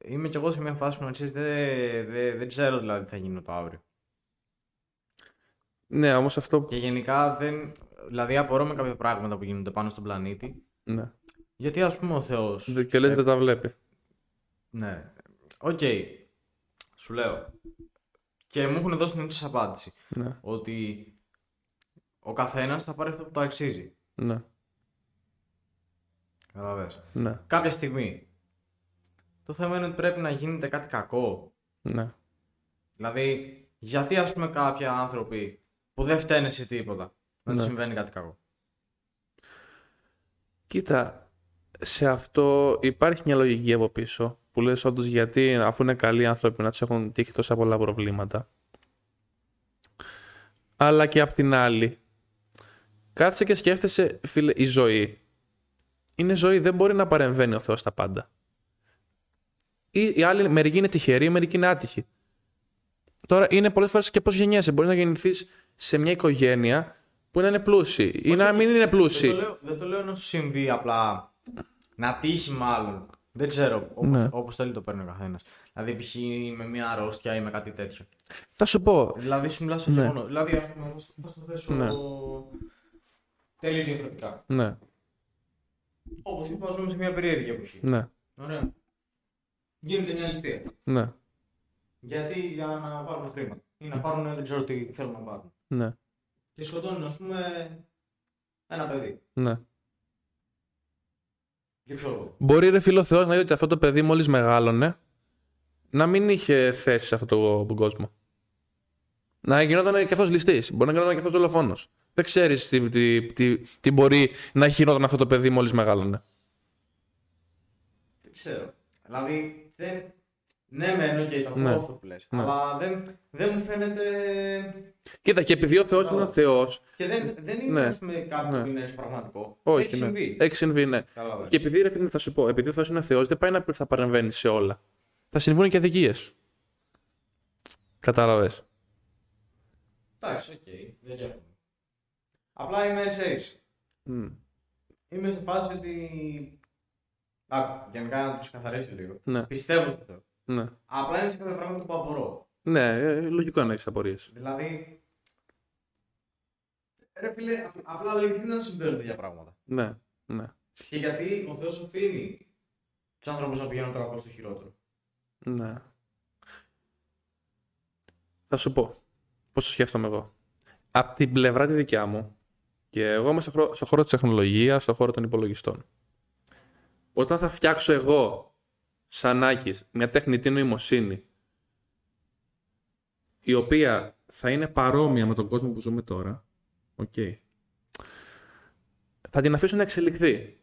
Speaker 1: Είμαι κι εγώ σε μια φάση που να ξέρει, δεν, δεν, δεν ξέρω δηλαδή τι θα γίνω το αύριο.
Speaker 2: Ναι, όμως αυτό.
Speaker 1: Και γενικά δεν. Δηλαδή, απορώ με κάποια πράγματα που γίνονται πάνω στον πλανήτη.
Speaker 2: Ναι.
Speaker 1: Γιατί ας πούμε ο Θεός.
Speaker 2: Και λέει δεν τα βλέπει.
Speaker 1: Ναι. Οκ. Σου λέω. Και μου έχουν δώσει την εξή απάντηση.
Speaker 2: Ναι.
Speaker 1: Ότι ο καθένας θα πάρει αυτό που το αξίζει.
Speaker 2: Ναι.
Speaker 1: Καταλαβες.
Speaker 2: Ναι.
Speaker 1: Κάποια στιγμή. Το θέμα είναι ότι πρέπει να γίνεται κάτι κακό.
Speaker 2: Ναι.
Speaker 1: Δηλαδή, γιατί ας πούμε κάποιοι άνθρωποι που δεν φταίνε σε τίποτα να τους
Speaker 2: Ναι.
Speaker 1: συμβαίνει κάτι κακό.
Speaker 2: Κοίτα, σε αυτό υπάρχει μια λογική από πίσω που λες όντως γιατί αφού είναι καλοί άνθρωποι να τους έχουν τύχει τόσα πολλά προβλήματα. Αλλά και απ' την άλλη, κάτσε και σκέφτεσαι, φίλε, η ζωή. Είναι ζωή, δεν μπορεί να παρεμβαίνει ο Θεός στα πάντα. Ή οι άλλοι, μερικοί είναι τυχεροί, μερικοί είναι άτυχοι. Τώρα είναι πολλές φορές και πώς γεννιέσαι. Μπορείς να γεννηθείς σε μια οικογένεια που να είναι πλούσιοι ή να μην είναι
Speaker 1: Δεν το
Speaker 2: πλούσιοι.
Speaker 1: λέω, δεν το λέω να σου συμβεί απλά να τύχει μάλλον. Δεν ξέρω όπως,
Speaker 2: Ναι.
Speaker 1: όπως θέλει το παίρνει ο καθένας. Δηλαδή, π.χ. με μια αρρώστια ή με κάτι τέτοιο.
Speaker 2: Θα σου πω,
Speaker 1: Δηλαδή, σου μιλάω σε
Speaker 2: Ναι.
Speaker 1: γεγονό. Δηλαδή, ας πούμε, θα στο- θα στο θέσω
Speaker 2: Ναι.
Speaker 1: τελείως διαφορετικά.
Speaker 2: Ναι,
Speaker 1: Όπως είπα, ζούμε σε μια περίεργη εποχή.
Speaker 2: ναι,
Speaker 1: Ωραία. Γίνεται μια ληστεία.
Speaker 2: ναι,
Speaker 1: Γιατί για να πάρουν χρήματα. Ή να πάρουν, δεν ξέρω τι θέλουν να πάρουν.
Speaker 2: ναι,
Speaker 1: Και σκοτώνουν, ας πούμε, ένα παιδί.
Speaker 2: ναι.
Speaker 1: Για ποιο λόγο.
Speaker 2: Μπορεί ρε φίλο Θεός να δει ότι αυτό το παιδί μόλις μεγάλωνε να μην είχε θέση σε αυτόν τον κόσμο. Να γινόταν και αυτός ληστής. Μπορεί να γινόταν και αυτός δολοφόνος. Δεν ξέρεις τι, τι, τι, τι μπορεί να έχει γινόταν αυτό το παιδί μόλις μεγάλωνε.
Speaker 1: Δεν ξέρω. Δηλαδή, δεν... Ναι, με εννοώ και το ακούω
Speaker 2: Ναι.
Speaker 1: αυτό που λες.
Speaker 2: Ναι.
Speaker 1: Αλλά δεν, δεν μου φαίνεται...
Speaker 2: Κοίτα, και επειδή ο Θεός είναι ο Θεός...
Speaker 1: Και δεν, δεν είναι,
Speaker 2: Ναι.
Speaker 1: ας πούμε, κάτι
Speaker 2: Ναι.
Speaker 1: που είναι έτσι πραγματικό.
Speaker 2: Όχι,
Speaker 1: Έχει
Speaker 2: ναι.
Speaker 1: συμβεί.
Speaker 2: Έχει συμβεί, ναι.
Speaker 1: Καλά,
Speaker 2: Και επειδή ρε φίλε, θα σου πω, επειδή ο Θεός είναι Θεός, δεν πάει να πει θα παρεμβαίνει σε όλα. Θα συμβούν και αδικίες. Κατάλαβες.
Speaker 1: Εντάξει, οκ. Δεν διαφωνώ. Απλά είμαι έτσι.
Speaker 2: Μμ.
Speaker 1: Είμαι σε φάση ότι... Άκου, γενικά να το ξεκαθαρίσω λίγο.
Speaker 2: Ναι,
Speaker 1: Πιστεύω στο Θεό.
Speaker 2: ναι.
Speaker 1: Απλά είναι σε κάποια πράγματα που απορώ.
Speaker 2: Ναι, ε, λογικό να έχεις απορίες.
Speaker 1: Δηλαδή. Ρε φίλε, απ- απλά λέει τι να συμβαίνουν τέτοια πράγματα.
Speaker 2: Ναι, ναι,
Speaker 1: Και γιατί ο Θεός αφήνει τους άνθρωπους να πηγαίνουν το κακό στο χειρότερο.
Speaker 2: ναι. Θα σου πω πώς το σκέφτομαι εγώ. Απ' την πλευρά τη δικιά μου, και εγώ είμαι στον χώρο, στο χώρο της τεχνολογίας, στον χώρο των υπολογιστών. Όταν θα φτιάξω εγώ, σαν Άκης, μια τεχνητή νοημοσύνη, η οποία θα είναι παρόμοια με τον κόσμο που ζούμε τώρα, οκ, θα την αφήσω να εξελιχθεί.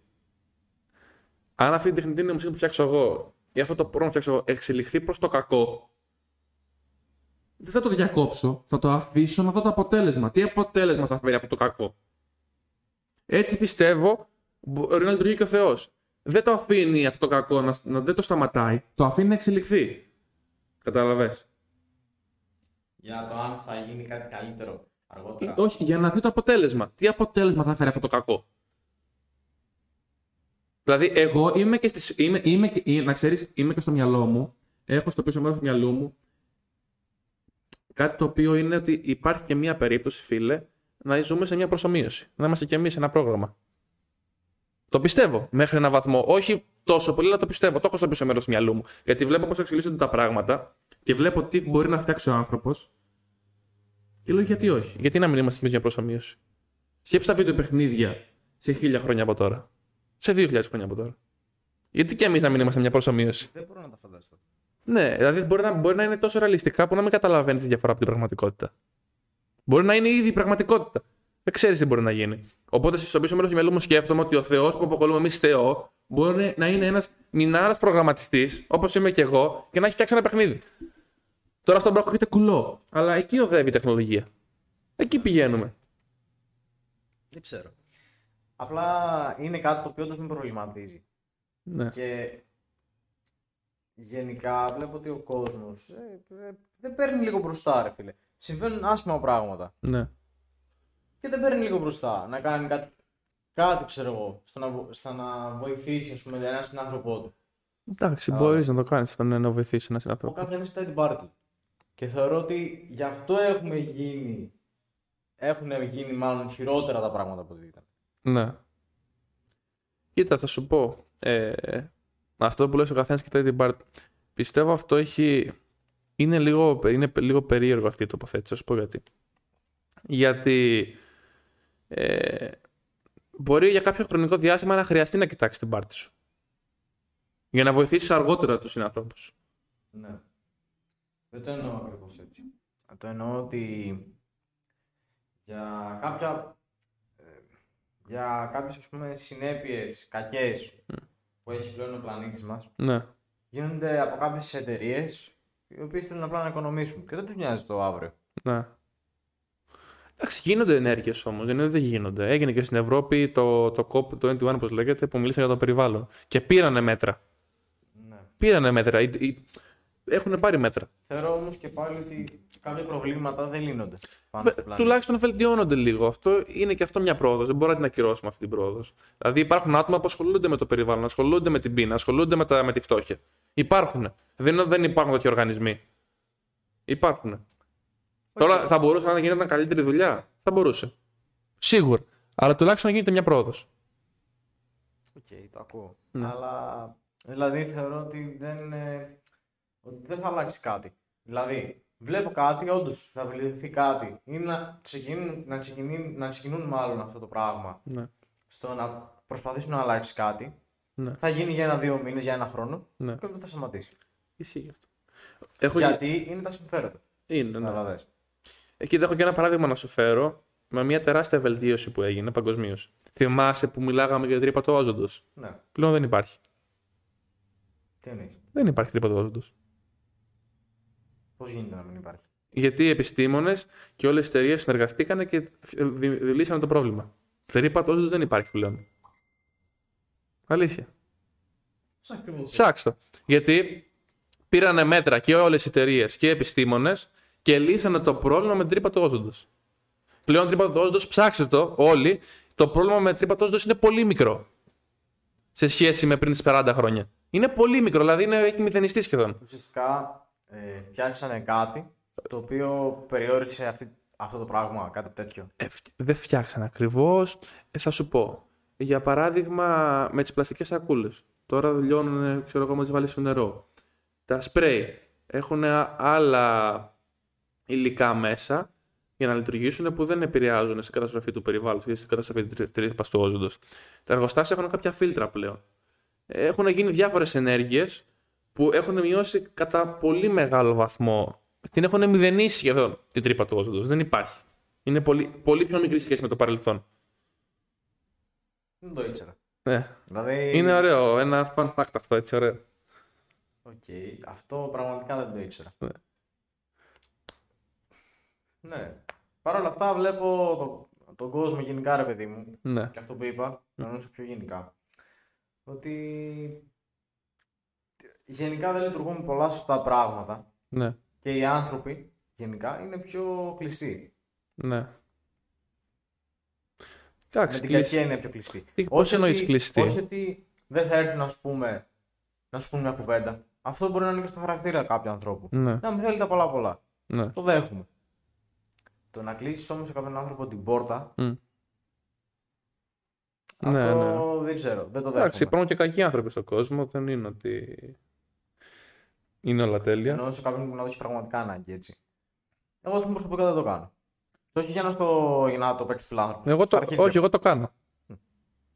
Speaker 2: Αν αυτή η τεχνητή νοημοσύνη που φτιάξω εγώ ή αυτό το πρόγραμμα που φτιάξω εγώ εξελιχθεί προς το κακό, δεν θα το διακόψω. Θα το αφήσω να δω το αποτέλεσμα. Τι αποτέλεσμα θα φέρει αυτό το κακό. Έτσι πιστεύω μπορεί να λειτουργεί και ο Θεός. Δεν το αφήνει αυτό το κακό να, να- δεν το σταματάει. Το αφήνει να εξελιχθεί. Κατάλαβες.
Speaker 1: Για το αν θα γίνει κάτι καλύτερο αργότερα.
Speaker 2: Ε, Όχι, για να δει το αποτέλεσμα. Τι αποτέλεσμα θα φέρει αυτό το κακό. Δηλαδή, εγώ είμαι και στις, είμαι, είμαι, και- ε, να ξέρεις, είμαι και στο μυαλό μου, έχω στο πίσω μέρος του μυαλού μου κάτι το οποίο είναι ότι υπάρχει και μία περίπτωση, φίλε, να ζούμε σε μία προσωμείωση. Να είμαστε κι εμείς σε ένα πρόγραμμα. Το πιστεύω μέχρι έναν βαθμό. Όχι τόσο πολύ, αλλά το πιστεύω. Το έχω στο πίσω μέρος του μυαλού μου. Γιατί βλέπω πώς εξελίσσονται τα πράγματα και βλέπω τι μπορεί να φτιάξει ο άνθρωπος. Και λέω γιατί όχι. Γιατί να μην είμαστε κι εμείς μια προσωμείωση. Σκέψτε τα βίντεο παιχνίδια σε χίλια χρόνια από τώρα. Σε δύο χιλιάδες χρόνια από τώρα. Γιατί κι εμείς να μην είμαστε μια προσωμείωση.
Speaker 1: Δεν μπορώ να τα φανταστώ.
Speaker 2: Ναι, δηλαδή μπορεί να, μπορεί να είναι τόσο ρεαλιστικά που να μην καταλαβαίνεις τη διαφορά από την πραγματικότητα. Μπορεί να είναι ήδη η πραγματικότητα. Δεν ξέρεις τι μπορεί να γίνει. Οπότε στο πίσω μέρος του μυαλού μου σκέφτομαι ότι ο Θεός που αποκαλούμε εμείς Θεό μπορεί να είναι ένας μινάρας προγραμματιστής, όπως είμαι και εγώ, και να έχει φτιάξει ένα παιχνίδι. Τώρα αυτό μπορεί να ακούγεται κουλό, αλλά εκεί οδεύει η τεχνολογία. Εκεί πηγαίνουμε.
Speaker 1: Δεν ξέρω. Απλά είναι κάτι το οποίο όντως με προβληματίζει.
Speaker 2: Ναι.
Speaker 1: Και γενικά βλέπω ότι ο κόσμος δεν παίρνει λίγο μπροστά, ρε φίλε. Συμβαίνουν άσχημα πράγματα.
Speaker 2: Ναι.
Speaker 1: Και δεν παίρνει λίγο μπροστά να κάνει κάτι, κάτι ξέρω εγώ, στο να, βο- στα να βοηθήσει ας πούμε, έναν συνάνθρωπό του.
Speaker 2: Εντάξει, μπορεί να το κάνεις αυτό ναι, να βοηθήσει ένα
Speaker 1: Ο
Speaker 2: συνάδελφο.
Speaker 1: καθένας κοιτάει την πάρτη. του. Και θεωρώ ότι γι' αυτό έχουμε γίνει. Έχουν γίνει μάλλον χειρότερα τα πράγματα από ό,τι ήταν.
Speaker 2: Ναι. Κοίτα, θα σου πω. Ε, αυτό που λες ο καθένας κοιτάει την πάρτη. Πιστεύω αυτό έχει. Είναι λίγο, είναι λίγο περίεργο αυτή η τοποθέτηση. Θα σου πω γιατί. Γιατί. Ε, μπορεί για κάποιο χρονικό διάστημα να χρειαστεί να κοιτάξει την πάρτη σου. Για να βοηθήσεις αργότερα τους συνανθρώπους.
Speaker 1: Ναι. Δεν το εννοώ ακριβώς έτσι. Το εννοώ ότι για κάποια ε, για κάποιες ας πούμε συνέπειες κακές που έχει πλέον ο πλανήτης μας
Speaker 2: Ναι.
Speaker 1: γίνονται από κάποιες εταιρείες οι οποίες θέλουν απλά να οικονομήσουν και δεν τους νοιάζει το αύριο.
Speaker 2: Ναι. Εντάξει, γίνονται ενέργειες όμως. Δεν είναι ότι δεν γίνονται. Έγινε και στην Ευρώπη το, το COP, το 21, όπως λέγεται, που μιλήσαν για το περιβάλλον. Και πήρανε μέτρα.
Speaker 1: Ναι.
Speaker 2: Πήρανε μέτρα. Οι- οι- Έχουν πάρει μέτρα.
Speaker 1: Θεωρώ όμως και πάλι ότι κάποια προβλήματα δεν λύνονται πάνω
Speaker 2: Βε-
Speaker 1: στο πλανήτη.
Speaker 2: Τουλάχιστον βελτιώνονται λίγο. Αυτό είναι και αυτό μια πρόοδος. Δεν μπορούμε να την ακυρώσουμε αυτή την πρόοδος. Δηλαδή υπάρχουν άτομα που ασχολούνται με το περιβάλλον, ασχολούνται με την πείνα, ασχολούνται με, τα, με τη φτώχεια. Υπάρχουν. Δεν, είναι ότι δεν υπάρχουν τέτοιοι οργανισμοί. Υπάρχουν. Τώρα θα μπορούσε να γίνεται καλύτερη δουλειά. Θα μπορούσε. Σίγουρα. Αλλά τουλάχιστον γίνεται μια πρόοδος.
Speaker 1: Οκ, το ακούω.
Speaker 2: Ναι.
Speaker 1: Αλλά δηλαδή θεωρώ ότι δεν, ε, ότι δεν θα αλλάξει κάτι. Δηλαδή, βλέπω κάτι, όντως θα βληθεί κάτι. Ή να ξεκινούν, να, ξεκινούν, να ξεκινούν μάλλον αυτό το πράγμα
Speaker 2: Ναι.
Speaker 1: στο να προσπαθήσουν να αλλάξει κάτι.
Speaker 2: Ναι.
Speaker 1: Θα γίνει για ένα-δύο μήνες, για ένα χρόνο
Speaker 2: Ναι.
Speaker 1: και μετά θα σταματήσει.
Speaker 2: Ισχύει αυτό. Έχω
Speaker 1: Γιατί είναι τα συμφέροντα.
Speaker 2: Είναι, ναι.
Speaker 1: Να δες.
Speaker 2: Εκεί έχω και ένα παράδειγμα να σου φέρω με μια τεράστια βελτίωση που έγινε παγκοσμίως. Θυμάσαι που μιλάγαμε για τρύπα του όζοντος.
Speaker 1: Ναι,
Speaker 2: Πλέον δεν υπάρχει.
Speaker 1: τι εννοείς.
Speaker 2: Δεν υπάρχει τρύπα του όζοντος.
Speaker 1: Πώς γίνεται να μην υπάρχει.
Speaker 2: Γιατί οι επιστήμονες και όλες οι εταιρείες συνεργαστήκαν και δι- δι- λύσανε το πρόβλημα. Τρύπα του όζοντος δεν υπάρχει πλέον. Αλήθεια. Ψάξτε. Γιατί πήρανε μέτρα και όλες οι εταιρείες και οι επιστήμονες και λύσανε το πρόβλημα με την τρύπα του όζοντος. Πλέον τρύπα του όζοντος, ψάξτε το όλοι, το πρόβλημα με την τρύπα του όζοντος είναι πολύ μικρό. Σε σχέση με πριν τις 40 χρόνια. Είναι πολύ μικρό, δηλαδή είναι, έχει μηδενιστεί σχεδόν.
Speaker 1: Ουσιαστικά ε, φτιάξανε κάτι το οποίο περιόρισε αυτή, αυτό το πράγμα, κάτι τέτοιο.
Speaker 2: Ε, φ- δεν φτιάξαν ακριβώ. θα σου πω. Για παράδειγμα, με τις πλαστικές σακούλες. Τώρα λιώνουν, ε, ξέρω εγώ, τι βάλει στο νερό. Τα σπρέι έχουν α- άλλα υλικά μέσα για να λειτουργήσουν που δεν επηρεάζουν στην καταστροφή του περιβάλλοντος και στην καταστροφή της τρύπα του όζοντος. Τα εργοστάσια έχουν κάποια φίλτρα πλέον. Έχουν γίνει διάφορες ενέργειες που έχουν μειώσει κατά πολύ μεγάλο βαθμό. Την έχουν μηδενίσει σχεδόν την τρύπα του όζοντος. Δεν υπάρχει. Είναι πολύ, πολύ πιο μικρή σχέση με το παρελθόν.
Speaker 1: Δεν το ήξερα.
Speaker 2: Ναι.
Speaker 1: Δηλαδή.
Speaker 2: Είναι ωραίο. Ένα fun fact αυτό έτσι ωραίο.
Speaker 1: Οκ, Αυτό πραγματικά δεν το ήξερα.
Speaker 2: Ναι.
Speaker 1: Ναι. Παρ' όλα αυτά βλέπω το, τον κόσμο γενικά, ρε παιδί μου,
Speaker 2: Ναι.
Speaker 1: και αυτό που είπα, να εννοήσω πιο γενικά. Ότι γενικά δεν λειτουργούν πολλά σωστά πράγματα
Speaker 2: Ναι.
Speaker 1: και οι άνθρωποι γενικά είναι πιο κλειστοί.
Speaker 2: Ναι.
Speaker 1: Με
Speaker 2: Εντάξει,
Speaker 1: την
Speaker 2: κλείσει.
Speaker 1: κακία είναι πιο κλειστή.
Speaker 2: Τι- πώς εννοείς
Speaker 1: ότι,
Speaker 2: κλειστή?
Speaker 1: Όχι ότι δεν θα έρθουν να σου πούμε να σου πούν μια κουβέντα. Αυτό μπορεί να είναι και στο χαρακτήρα κάποιου ανθρώπου.
Speaker 2: Ναι.
Speaker 1: Να μην θέλει τα πολλά πολλά.
Speaker 2: Ναι.
Speaker 1: Το δέχομαι. Το να κλείσεις όμως σε κάποιον άνθρωπο την πόρτα.
Speaker 2: Μ. Ναι,
Speaker 1: αυτό
Speaker 2: ναι.
Speaker 1: δεν ξέρω. Δεν το δέχομαι.
Speaker 2: Εντάξει, υπάρχουν και κακοί άνθρωποι στον κόσμο. Δεν είναι ότι. Είναι όλα τέλεια.
Speaker 1: Εννοώ σε κάποιον που να το έχει πραγματικά ανάγκη έτσι. Εγώ ας πούμε προσωπικά δεν το κάνω. Το όχι για να, στο... για να το παίξει φιλάνθρωπο.
Speaker 2: Εγώ το... Όχι, εγώ το κάνω.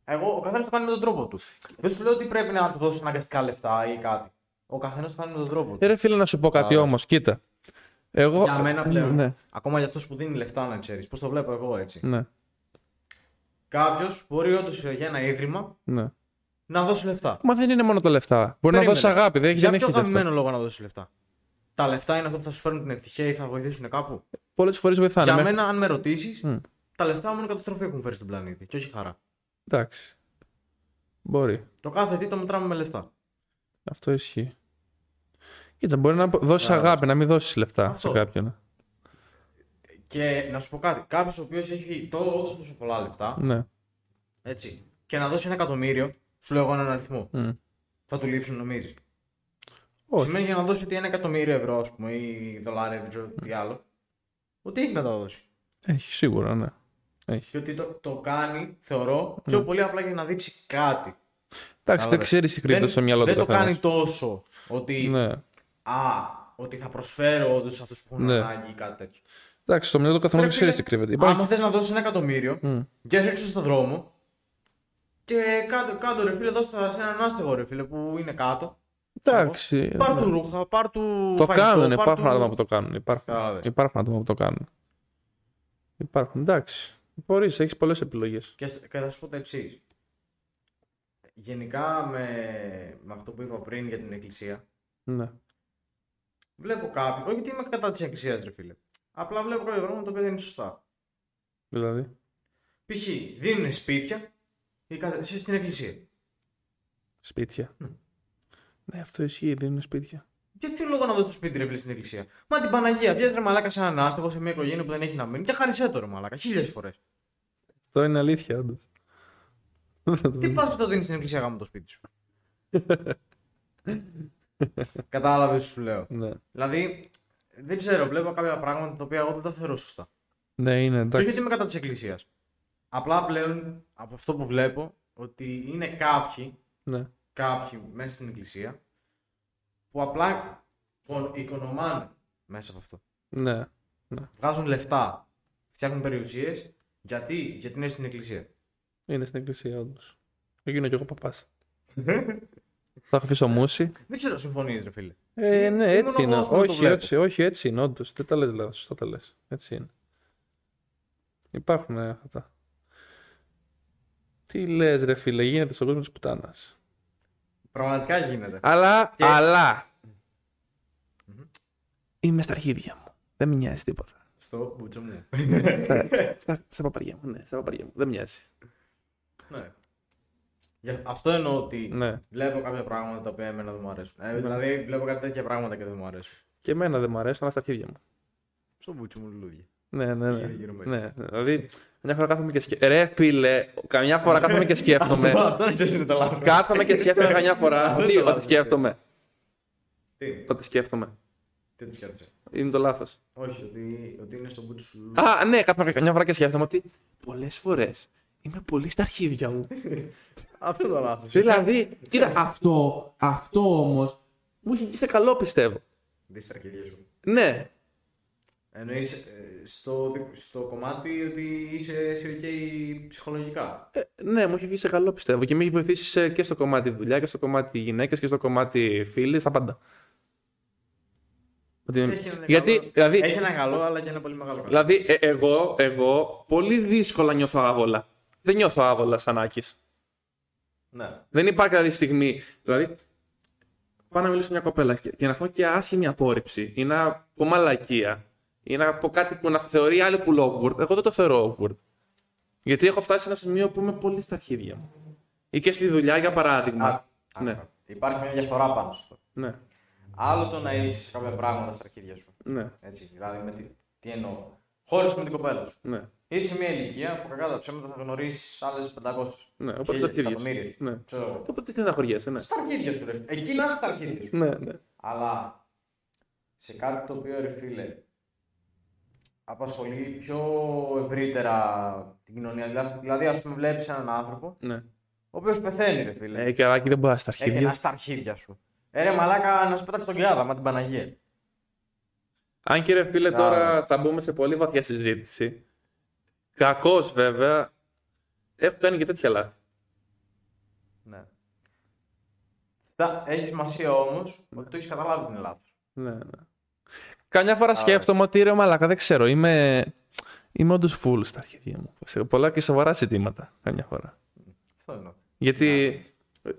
Speaker 1: Εγώ, ο καθένας το κάνει με τον τρόπο του. Δεν σου λέω ότι πρέπει να του δώσεις αναγκαστικά λεφτά ή κάτι. Ο καθένας το κάνει με τον τρόπο
Speaker 2: Ε,
Speaker 1: του.
Speaker 2: ρε φίλε, να σου πω κάτι
Speaker 1: Α,
Speaker 2: όμως. Κοίτα. Εγώ...
Speaker 1: Για μένα πλέον.
Speaker 2: Ναι.
Speaker 1: Ακόμα για αυτό που δίνει λεφτά, να ξέρεις. Πώς το βλέπω εγώ έτσι.
Speaker 2: Ναι.
Speaker 1: Κάποιος μπορεί όντως για ένα ίδρυμα
Speaker 2: ναι.
Speaker 1: να δώσει λεφτά.
Speaker 2: Μα δεν είναι μόνο τα λεφτά. Μπορεί να
Speaker 1: Περίμενε.
Speaker 2: δώσει αγάπη. Δεν έχει
Speaker 1: Για
Speaker 2: δεν
Speaker 1: ποιο
Speaker 2: έχεις λεφτά.
Speaker 1: αγαπημένο λόγο να δώσει λεφτά. Τα λεφτά είναι αυτό που θα σου φέρουν την ευτυχία ή θα βοηθήσουν κάπου.
Speaker 2: Πολλές φορές βοηθάνε.
Speaker 1: Για
Speaker 2: μέχρι-
Speaker 1: μένα, αν με ρωτήσεις,
Speaker 2: Μμ.
Speaker 1: τα λεφτά μόνο καταστροφή έχουν φέρει στον πλανήτη. Και όχι χαρά.
Speaker 2: Εντάξει. Μπορεί.
Speaker 1: Το κάθε τι το μετράμε με λεφτά.
Speaker 2: Αυτό ισχύει. Κοίτα, μπορεί να δώσεις αγάπη, να μην δώσεις λεφτά
Speaker 1: Αυτό.
Speaker 2: σε κάποιον.
Speaker 1: Και να σου πω κάτι. Κάποιος ο οποίος έχει όντως τόσο πολλά λεφτά.
Speaker 2: Ναι.
Speaker 1: Έτσι. Και να δώσει ένα εκατομμύριο, σου λέω εγώ έναν αριθμό.
Speaker 2: Μμ.
Speaker 1: Θα του λείψουν, νομίζεις.
Speaker 2: Mm. Όχι.
Speaker 1: Σημαίνει για να δώσει ότι ένα εκατομμύριο ευρώ, ας πούμε, ή δολάρια, δεν ξέρω
Speaker 2: Mm.
Speaker 1: τι άλλο. Ότι έχει να τα δώσει.
Speaker 2: Έχει σίγουρα, ναι. Έχει.
Speaker 1: Και ότι το, το κάνει, θεωρώ,
Speaker 2: Mm.
Speaker 1: πιο πολύ απλά για να δείξει κάτι.
Speaker 2: Εντάξει, δεν
Speaker 1: Κατάλαβες.
Speaker 2: ξέρεις τι κρύβεται στο μυαλό του.
Speaker 1: Δεν το
Speaker 2: καθένας.
Speaker 1: κάνει τόσο ότι,
Speaker 2: Ναι.
Speaker 1: α, ότι θα προσφέρω όντως σε αυτούς που έχουν
Speaker 2: Ναι.
Speaker 1: ανάγκη ή κάτι τέτοιο.
Speaker 2: Εντάξει, στο μυαλό του καθενός
Speaker 1: Πρέπει,
Speaker 2: ξέρει
Speaker 1: ρε,
Speaker 2: τι κρύβεται.
Speaker 1: Άμα
Speaker 2: Υπάρχει...
Speaker 1: θες να δώσεις ένα εκατομμύριο, βγες έξω στον δρόμο και κάτω, κάτω ρε φίλε, δώσε τα σε έναν άστεγο ρε φίλε που είναι κάτω.
Speaker 2: Εντάξει.
Speaker 1: Πάρ
Speaker 2: ναι.
Speaker 1: του ρούχα, πάρ του.
Speaker 2: Το ναι,
Speaker 1: φαγητό,
Speaker 2: κάνουν,
Speaker 1: πάρ
Speaker 2: υπάρχουν
Speaker 1: του-
Speaker 2: άτομα που το κάνουν. Υπάρχουν,
Speaker 1: Κατάλαβες.
Speaker 2: υπάρχουν άτομα που το κάνουν. Υπάρχουν, εντάξει. Μπορείς, έχεις πολλές επιλογές.
Speaker 1: Και, στο- και θα σου πω το εξής. Γενικά με, με αυτό που είπα πριν για την εκκλησία,
Speaker 2: Ναι.
Speaker 1: βλέπω κάποιοι. Όχι ότι είμαι κατά της εκκλησίας, ρε φίλε. Απλά βλέπω κάποια πράγματα τα οποία δεν είναι σωστά.
Speaker 2: Δηλαδή.
Speaker 1: Π.χ. δίνουν σπίτια ή κατα- σε- στην εκκλησία.
Speaker 2: Σπίτια. Ναι, αυτό ισχύει, δίνουν σπίτια.
Speaker 1: Για ποιο λόγο να δώσει το σπίτι ρε φίλε στην εκκλησία. Μα την Παναγία, βγαίνει ρε μαλάκα σε έναν άστεγο, σε μια οικογένεια που δεν έχει να μείνει και χάνει έτορο μαλάκα χίλιες φορές.
Speaker 2: Αυτό είναι αλήθεια, όντως.
Speaker 1: Τι πας και το δίνεις στην εκκλησία γάμο το σπίτι
Speaker 2: (laughs)
Speaker 1: σου. Κατάλαβες σου λέω.
Speaker 2: ναι.
Speaker 1: Δηλαδή, δεν ξέρω, βλέπω κάποια πράγματα τα οποία εγώ δεν τα θεωρώ σωστά.
Speaker 2: ναι, είναι
Speaker 1: Και όχι
Speaker 2: εντάξει.
Speaker 1: ότι είμαι κατά της εκκλησίας. Απλά πλέον από αυτό που βλέπω ότι είναι κάποιοι,
Speaker 2: Ναι.
Speaker 1: κάποιοι μέσα στην εκκλησία που απλά κον- οικονομάνε μέσα από αυτό.
Speaker 2: ναι.
Speaker 1: Βγάζουν λεφτά, φτιάχνουν περιουσίες. Γιατί, γιατί είναι στην εκκλησία.
Speaker 2: Είναι στην εκκλησία, όντως. Θα γίνω κι εγώ παπάς. θα αφήσω μουσι.
Speaker 1: Δεν ξέρω, συμφωνείς, ρε φίλε.
Speaker 2: Ε, ναι,
Speaker 1: Ήμουν
Speaker 2: έτσι
Speaker 1: εγώ,
Speaker 2: είναι.
Speaker 1: ας πούμε, το
Speaker 2: Όχι,
Speaker 1: βλέπω.
Speaker 2: έτσι, όχι, έτσι είναι, όντως. Δεν τα λες λάθο, σωστά τα λες. Έτσι είναι. Υπάρχουν ε, αυτά. Τι λες, ρε φίλε, γίνεται στον κόσμο της πουτάνας.
Speaker 1: Πραγματικά γίνεται.
Speaker 2: Αλλά,
Speaker 1: Και-
Speaker 2: αλλά. Είμαι στα αρχίδια μου. Δεν με νοιάζει τίποτα.
Speaker 1: Στο μπουτσο μου. (laughs)
Speaker 2: στα, Ναι. (laughs) στα, στα παπαριά μου, ναι, στα παπαριά μου. Δεν με νοιάζει.
Speaker 1: ναι. Γι' αυτό εννοώ ότι
Speaker 2: Ναι.
Speaker 1: βλέπω κάποια πράγματα τα οποία εμένα δεν μου αρέσουν. Ε, δηλαδή βλέπω κάτι τέτοια πράγματα και δεν μου αρέσουν.
Speaker 2: Και εμένα δεν μου αρέσουν, αλλά στα αρχίδια μου.
Speaker 1: Στο μπουτσο μου λουλούδια.
Speaker 2: Ναι, ναι, ναι.
Speaker 1: γύρω-γύρω μου
Speaker 2: ναι, ναι. Δηλαδή, μια φορά κάθομαι και σκέφτομαι. Ρε φίλε, καμιά φορά κάθομαι και σκέφτομαι.
Speaker 1: (laughs) Αυτό να ξέρεις είναι το λάθος.
Speaker 2: κάθομαι και
Speaker 1: (laughs)
Speaker 2: σκέφτομαι καμιά φορά.
Speaker 1: Αυτό
Speaker 2: ότι,
Speaker 1: το
Speaker 2: ότι
Speaker 1: λάθος,
Speaker 2: σκέφτομαι.
Speaker 1: Τι,
Speaker 2: Ότι σκέφτομαι.
Speaker 1: τι τη σκέφτεσαι.
Speaker 2: Είναι το λάθος.
Speaker 1: Όχι, ότι, ότι είναι στο μπουτσο σου λουλούδια.
Speaker 2: Α, ναι, κάθομαι καμιά φορά και σκέφτομαι ότι πολλές φορές είμαι πολύ στα αρχίδια
Speaker 1: (laughs)
Speaker 2: μου.
Speaker 1: Αυτό το λάθος.
Speaker 2: δηλαδή, κοίτα, αυτό, αυτό όμως μου έχει βγει σε καλό πιστεύω.
Speaker 1: Δίστρα και σου.
Speaker 2: Ναι,
Speaker 1: Εννοείς στο, στο κομμάτι ότι είσαι σιρικέι ψυχολογικά.
Speaker 2: ε, ναι, μου έχει βγει σε καλό πιστεύω και με έχει βοηθήσει σε- και στο κομμάτι δουλειά και στο κομμάτι γυναίκες και στο κομμάτι φίλοι, στα πάντα. Ότι-
Speaker 1: Έχει ένα
Speaker 2: Γιατί,
Speaker 1: καλό-
Speaker 2: δηλαδή,
Speaker 1: Έχει ένα καλό, αλλά και ένα πολύ μεγάλο καλό.
Speaker 2: δηλαδή ε, εγώ, εγώ πολύ δύσκολα νιώθω άβολα. Δεν νιώθω άβολα σαν Άκης.
Speaker 1: Ναι.
Speaker 2: Δεν υπάρχει δηλαδή στιγμή. Δηλαδή, πάω να μιλήσω σε μια κοπέλα και, και να φάω και άσχημη απόρριψη ή να πω μαλακία ή να πω κάτι που να θεωρεί άλλη που awkward. Εγώ δεν το θεωρώ awkward. Γιατί έχω φτάσει σε ένα σημείο που είμαι πολύ στα αρχίδια μου. Ή και στη δουλειά, για παράδειγμα.
Speaker 1: Α,
Speaker 2: ναι,
Speaker 1: α, Υπάρχει μια διαφορά πάνω σε αυτό.
Speaker 2: ναι,
Speaker 1: Άλλο το να είσαι σε κάποια πράγματα στα χέρια σου.
Speaker 2: ναι,
Speaker 1: Έτσι, δηλαδή, με τι, τι εννοώ. Χώρισε με την κοπέλα σου.
Speaker 2: ναι.
Speaker 1: Είσαι σε μια ηλικία που κακά τα ψέματα θα γνωρίσεις άλλες 500.
Speaker 2: Ναι, οπότε
Speaker 1: χίλιες,
Speaker 2: τα χέρια σου.
Speaker 1: εκατομμύριες.
Speaker 2: Ναι.
Speaker 1: Ξέρω εγώ.
Speaker 2: Οπότε τι στεναχωριέσαι, ναι.
Speaker 1: Στα χέρια σου, ρε. φίλε. Εκεί να είσαι στα χέρια σου.
Speaker 2: Ναι, ναι.
Speaker 1: Αλλά σε κάτι το οποίο, ρε φίλε, απασχολεί πιο ευρύτερα την κοινωνία. Δηλαδή- Δηλαδή, ας πούμε, βλέπεις έναν άνθρωπο
Speaker 2: ναι.
Speaker 1: ο οποίος πεθαίνει, ρε φίλε.
Speaker 2: Ε, καράκι, δεν μπορεί στα
Speaker 1: Έκανα
Speaker 2: αρχίδια.
Speaker 1: στα αρχίδια σου. Ε, ρε, μαλάκα, να σου πέταξε τον κράδα, μα την Παναγία.
Speaker 2: Αν κύριε φίλε, τώρα
Speaker 1: Κατάλαβες.
Speaker 2: θα μπούμε σε πολύ βαθιά συζήτηση. Κακώ βέβαια, έχω κάνει και τέτοια λάθη.
Speaker 1: Ναι. Κοίτα, έχεις σημασία όμως ότι το έχεις καταλάβει την Ελλάδα.
Speaker 2: Ναι, ναι. Καμιά φορά σκέφτομαι ότι ρε μαλάκα, δεν ξέρω, είμαι, είμαι όντως full στα αρχίδια μου. Σε πολλά και σοβαρά ζητήματα καμιά φορά.
Speaker 1: Αυτό εννοώ.
Speaker 2: Γιατί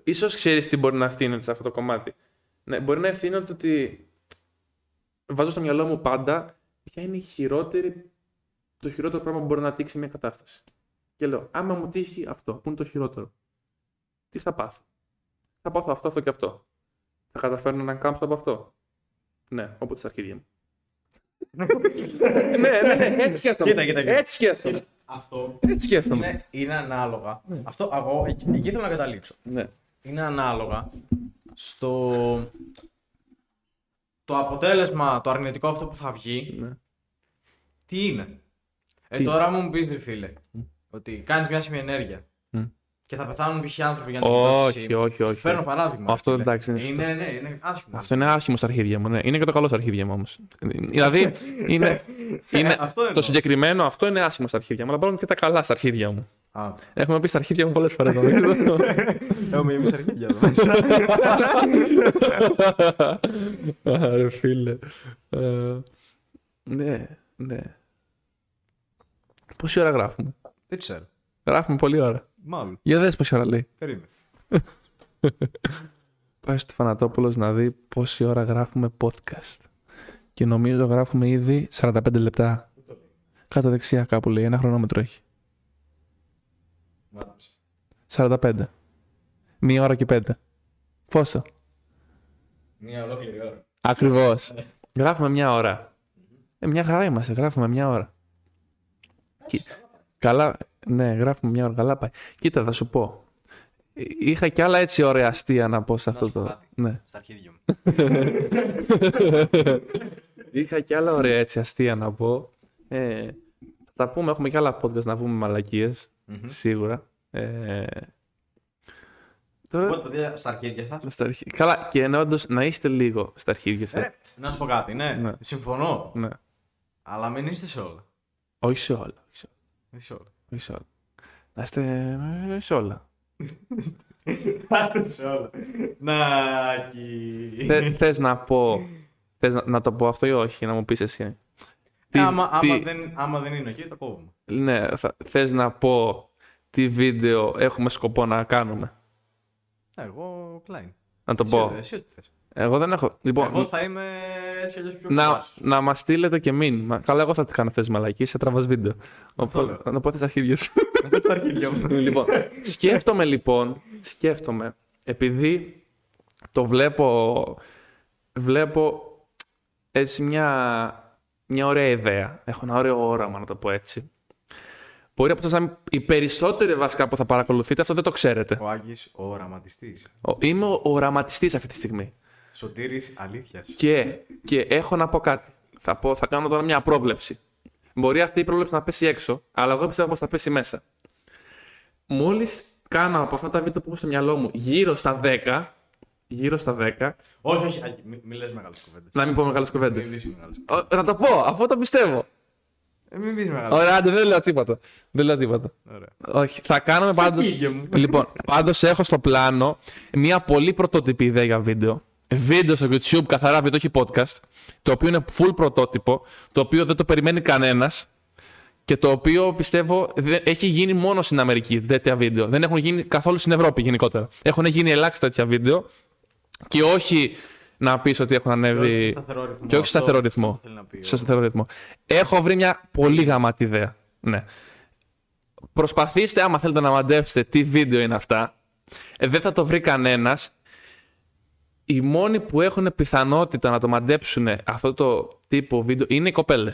Speaker 2: ίσως ξέρεις τι μπορεί να ευθύνεται σε αυτό το κομμάτι. Ναι, μπορεί να ευθύνεται ότι βάζω στο μυαλό μου πάντα ποια είναι η χειρότερη, το χειρότερο πράγμα που μπορεί να τύξει μια κατάσταση. Και λέω, άμα μου τύχει αυτό, που είναι το χειρότερο, τι θα πάθω. Θα πάθω αυτό, αυτό και αυτό. Θα καταφέρνω να κάμψω από αυτό. Ναι, όποτε στα αρχίδια μου. ναι, ναι, ναι, έτσι σκέφτομαι.
Speaker 1: Κοίτα, κοίτα, κοίτα.
Speaker 2: Έτσι σκέφτομαι.
Speaker 1: Αυτό
Speaker 2: Έτσι σκέφτομαι.
Speaker 1: είναι, είναι ανάλογα. Αυτό εγώ εκεί εκεί θέλω να καταλήξω.
Speaker 2: Ναι.
Speaker 1: Είναι ανάλογα στο. Το αποτέλεσμα, το αρνητικό αυτό που θα βγει,
Speaker 2: Ναι.
Speaker 1: τι είναι. Ε, τώρα μου πεις, ρε φίλε, ότι κάνεις μια σημειενέργεια
Speaker 2: Μ.
Speaker 1: και θα πεθάνουν π.χ. άνθρωποι για να
Speaker 2: Όχι,
Speaker 1: φτάσεις εσύ.
Speaker 2: όχι, όχι.
Speaker 1: Σου Φέρνω παράδειγμα.
Speaker 2: Αυτό
Speaker 1: ρε φίλε.
Speaker 2: εντάξει, είναι σωστό.
Speaker 1: Είναι, ναι, είναι άσχημο.
Speaker 2: Αυτό είναι άσχημο στα αρχίδια μου. Ναι. Είναι και το καλό στα αρχίδια μου όμως. Δηλαδή, είναι, είναι
Speaker 1: Ε, Αυτό εννοώ.
Speaker 2: το συγκεκριμένο αυτό είναι άσχημο στα αρχίδια μου, αλλά υπάρχουν και τα καλά στα αρχίδια μου.
Speaker 1: Α,
Speaker 2: Έχουμε πει στα αρχίδια μου πολλές φορές.
Speaker 1: (laughs) Έχουμε εμεί αρχίδια εδώ.
Speaker 2: Ρε φίλε. Ε, Ναι, ναι. Πόση ώρα γράφουμε.
Speaker 1: Δεν ξέρω.
Speaker 2: Γράφουμε πολλή ώρα.
Speaker 1: Μάλλον.
Speaker 2: Για δες πόση ώρα λέει.
Speaker 1: Περίμενε.
Speaker 2: Πάει στο Φανατόπουλος να δει πόση ώρα γράφουμε podcast. Και νομίζω γράφουμε ήδη 45 λεπτά. Κάτω δεξιά κάπου λέει, ένα χρονόμετρο έχει. 45. Μία ώρα και πέντε. Πόσο.
Speaker 1: Μια ολόκληρη ώρα.
Speaker 2: Ακριβώς. γράφουμε μια ώρα. Ε, μια χαρά είμαστε. Γράφουμε μια ώρα. Κι- Καλά. Ναι, γράφουμε μια ώρα. Καλά πάει. Κοίτα, θα σου πω. Ε, Είχα κι άλλα έτσι ωραία αστεία να πω σε αυτό
Speaker 1: σου πω
Speaker 2: το.
Speaker 1: κάτι.
Speaker 2: Ναι.
Speaker 1: Στα αρχίδια μου.
Speaker 2: Είχα κι άλλα ωραία έτσι αστεία να πω. Ε, θα τα πούμε, έχουμε κι άλλα podcast να πούμε μαλακίες,
Speaker 1: Μμμ.
Speaker 2: Σίγουρα. Ε, τώρα.
Speaker 1: Οπότε, παιδιά, στα αρχίδια σας.
Speaker 2: Στα αρχι- Καλά, και ενώ όντως να είστε λίγο στα αρχίδια σας.
Speaker 1: Ε, Να σου πω κάτι, ναι.
Speaker 2: Ε. Ναι.
Speaker 1: Συμφωνώ.
Speaker 2: Ναι.
Speaker 1: Αλλά μην είστε σε όλα.
Speaker 2: Όχι σε όλα. όχι σε όλα.
Speaker 1: Δεν σε όλα.
Speaker 2: Όχι σε όλα. Να είστε ε, σε
Speaker 1: (laughs)
Speaker 2: όλα.
Speaker 1: Άστε σε όλα. Να κι.
Speaker 2: Θε θες να πω. Θες να, να το πω αυτό ή όχι, να μου πεις εσύ. Τι-
Speaker 1: Άμα, άμα,
Speaker 2: τι-
Speaker 1: δεν, άμα δεν είναι εκεί, το κόβουμε.
Speaker 2: Ναι, θα, θες να πω τι βίντεο έχουμε σκοπό να κάνουμε.
Speaker 1: Ε, Εγώ, Klein.
Speaker 2: Να το
Speaker 1: Εσύ,
Speaker 2: πω.
Speaker 1: ό,τι- εσύ ό,τι θες.
Speaker 2: Εγώ δεν έχω. Λοιπόν,
Speaker 1: Εγώ θα είμαι έτσι αλλιώς πιο
Speaker 2: να,
Speaker 1: κοντά σου.
Speaker 2: να μας στείλετε και μήνυμα. Καλά, εγώ θα τι κάνω αυτέ τι μαλακίε, θα τραβάς βίντεο.
Speaker 1: λέω.
Speaker 2: Οπότε, να πω τις αρχίδια σου.
Speaker 1: Εγώ στα αρχίδια μου.
Speaker 2: (laughs) λοιπόν, σκέφτομαι λοιπόν, σκέφτομαι, επειδή το βλέπω, βλέπω έτσι μια, μια ωραία ιδέα. Έχω ένα ωραίο όραμα, να το πω έτσι. Μπορεί από εσάς να μην- οι περισσότεροι βασικά που θα παρακολουθείτε, αυτό δεν το ξέρετε.
Speaker 1: Ο Άγγις, ο οραματιστής.
Speaker 2: Ο- Είμαι ο οραματιστής αυτή τη στιγμή.
Speaker 1: Σωτήρης αλήθειας.
Speaker 2: Και, και έχω να πω κάτι. Θα, πω, θα κάνω τώρα μια πρόβλεψη. Μπορεί αυτή η πρόβλεψη να πέσει έξω, αλλά εγώ πιστεύω πως θα πέσει μέσα. Μόλις κάνω από αυτά τα βίντεο που έχω στο μυαλό μου γύρω στα 10, γύρω στα 10,
Speaker 1: Όχι, όχι, Άγγι, μη, μη λες μεγάλες κουβέντες.
Speaker 2: να μην πω μεγάλες κουβέντε.
Speaker 1: Μην πεις μεγάλες κουβέντες.
Speaker 2: Να το πω, αυτό το πιστεύω.
Speaker 1: Ε, Μην πεις μεγάλες
Speaker 2: Ωραία, άντε, δεν λέω τίποτα. Δεν λέω τίποτα.
Speaker 1: Ωραία.
Speaker 2: Όχι, θα κάνουμε πάντω.
Speaker 1: γίγε μου.
Speaker 2: Λοιπόν, πάντως έχω στο πλάνο μια πολύ πρωτότυπη ιδέα για βίντεο. Βίντεο στο YouTube, καθαρά βίντεο, όχι podcast. Το οποίο είναι full πρωτότυπο, το οποίο δεν το περιμένει κανένας και το οποίο πιστεύω δε- έχει γίνει μόνο στην Αμερική τέτοια βίντεο. Δεν έχουν γίνει καθόλου στην Ευρώπη γενικότερα. Έχουν γίνει ελάχιστα τέτοια βίντεο και όχι να πεις ότι έχουν
Speaker 1: Και όχι
Speaker 2: ανέβει.
Speaker 1: σε σταθερό ρυθμό.
Speaker 2: Και όχι σε σταθερό
Speaker 1: Αυτό
Speaker 2: ρυθμό.
Speaker 1: θέλει να πει,
Speaker 2: Στο
Speaker 1: ο-
Speaker 2: σταθερό ρυθμό. Έχω βρει μια πολύ γαμάτη ιδέα. Ναι. Προσπαθήστε, άμα θέλετε να μαντέψετε τι βίντεο είναι αυτά. Ε, Δεν θα το βρει κανένας. Οι μόνοι που έχουν πιθανότητα να το μαντέψουν αυτό το τύπο βίντεο είναι οι κοπέλες.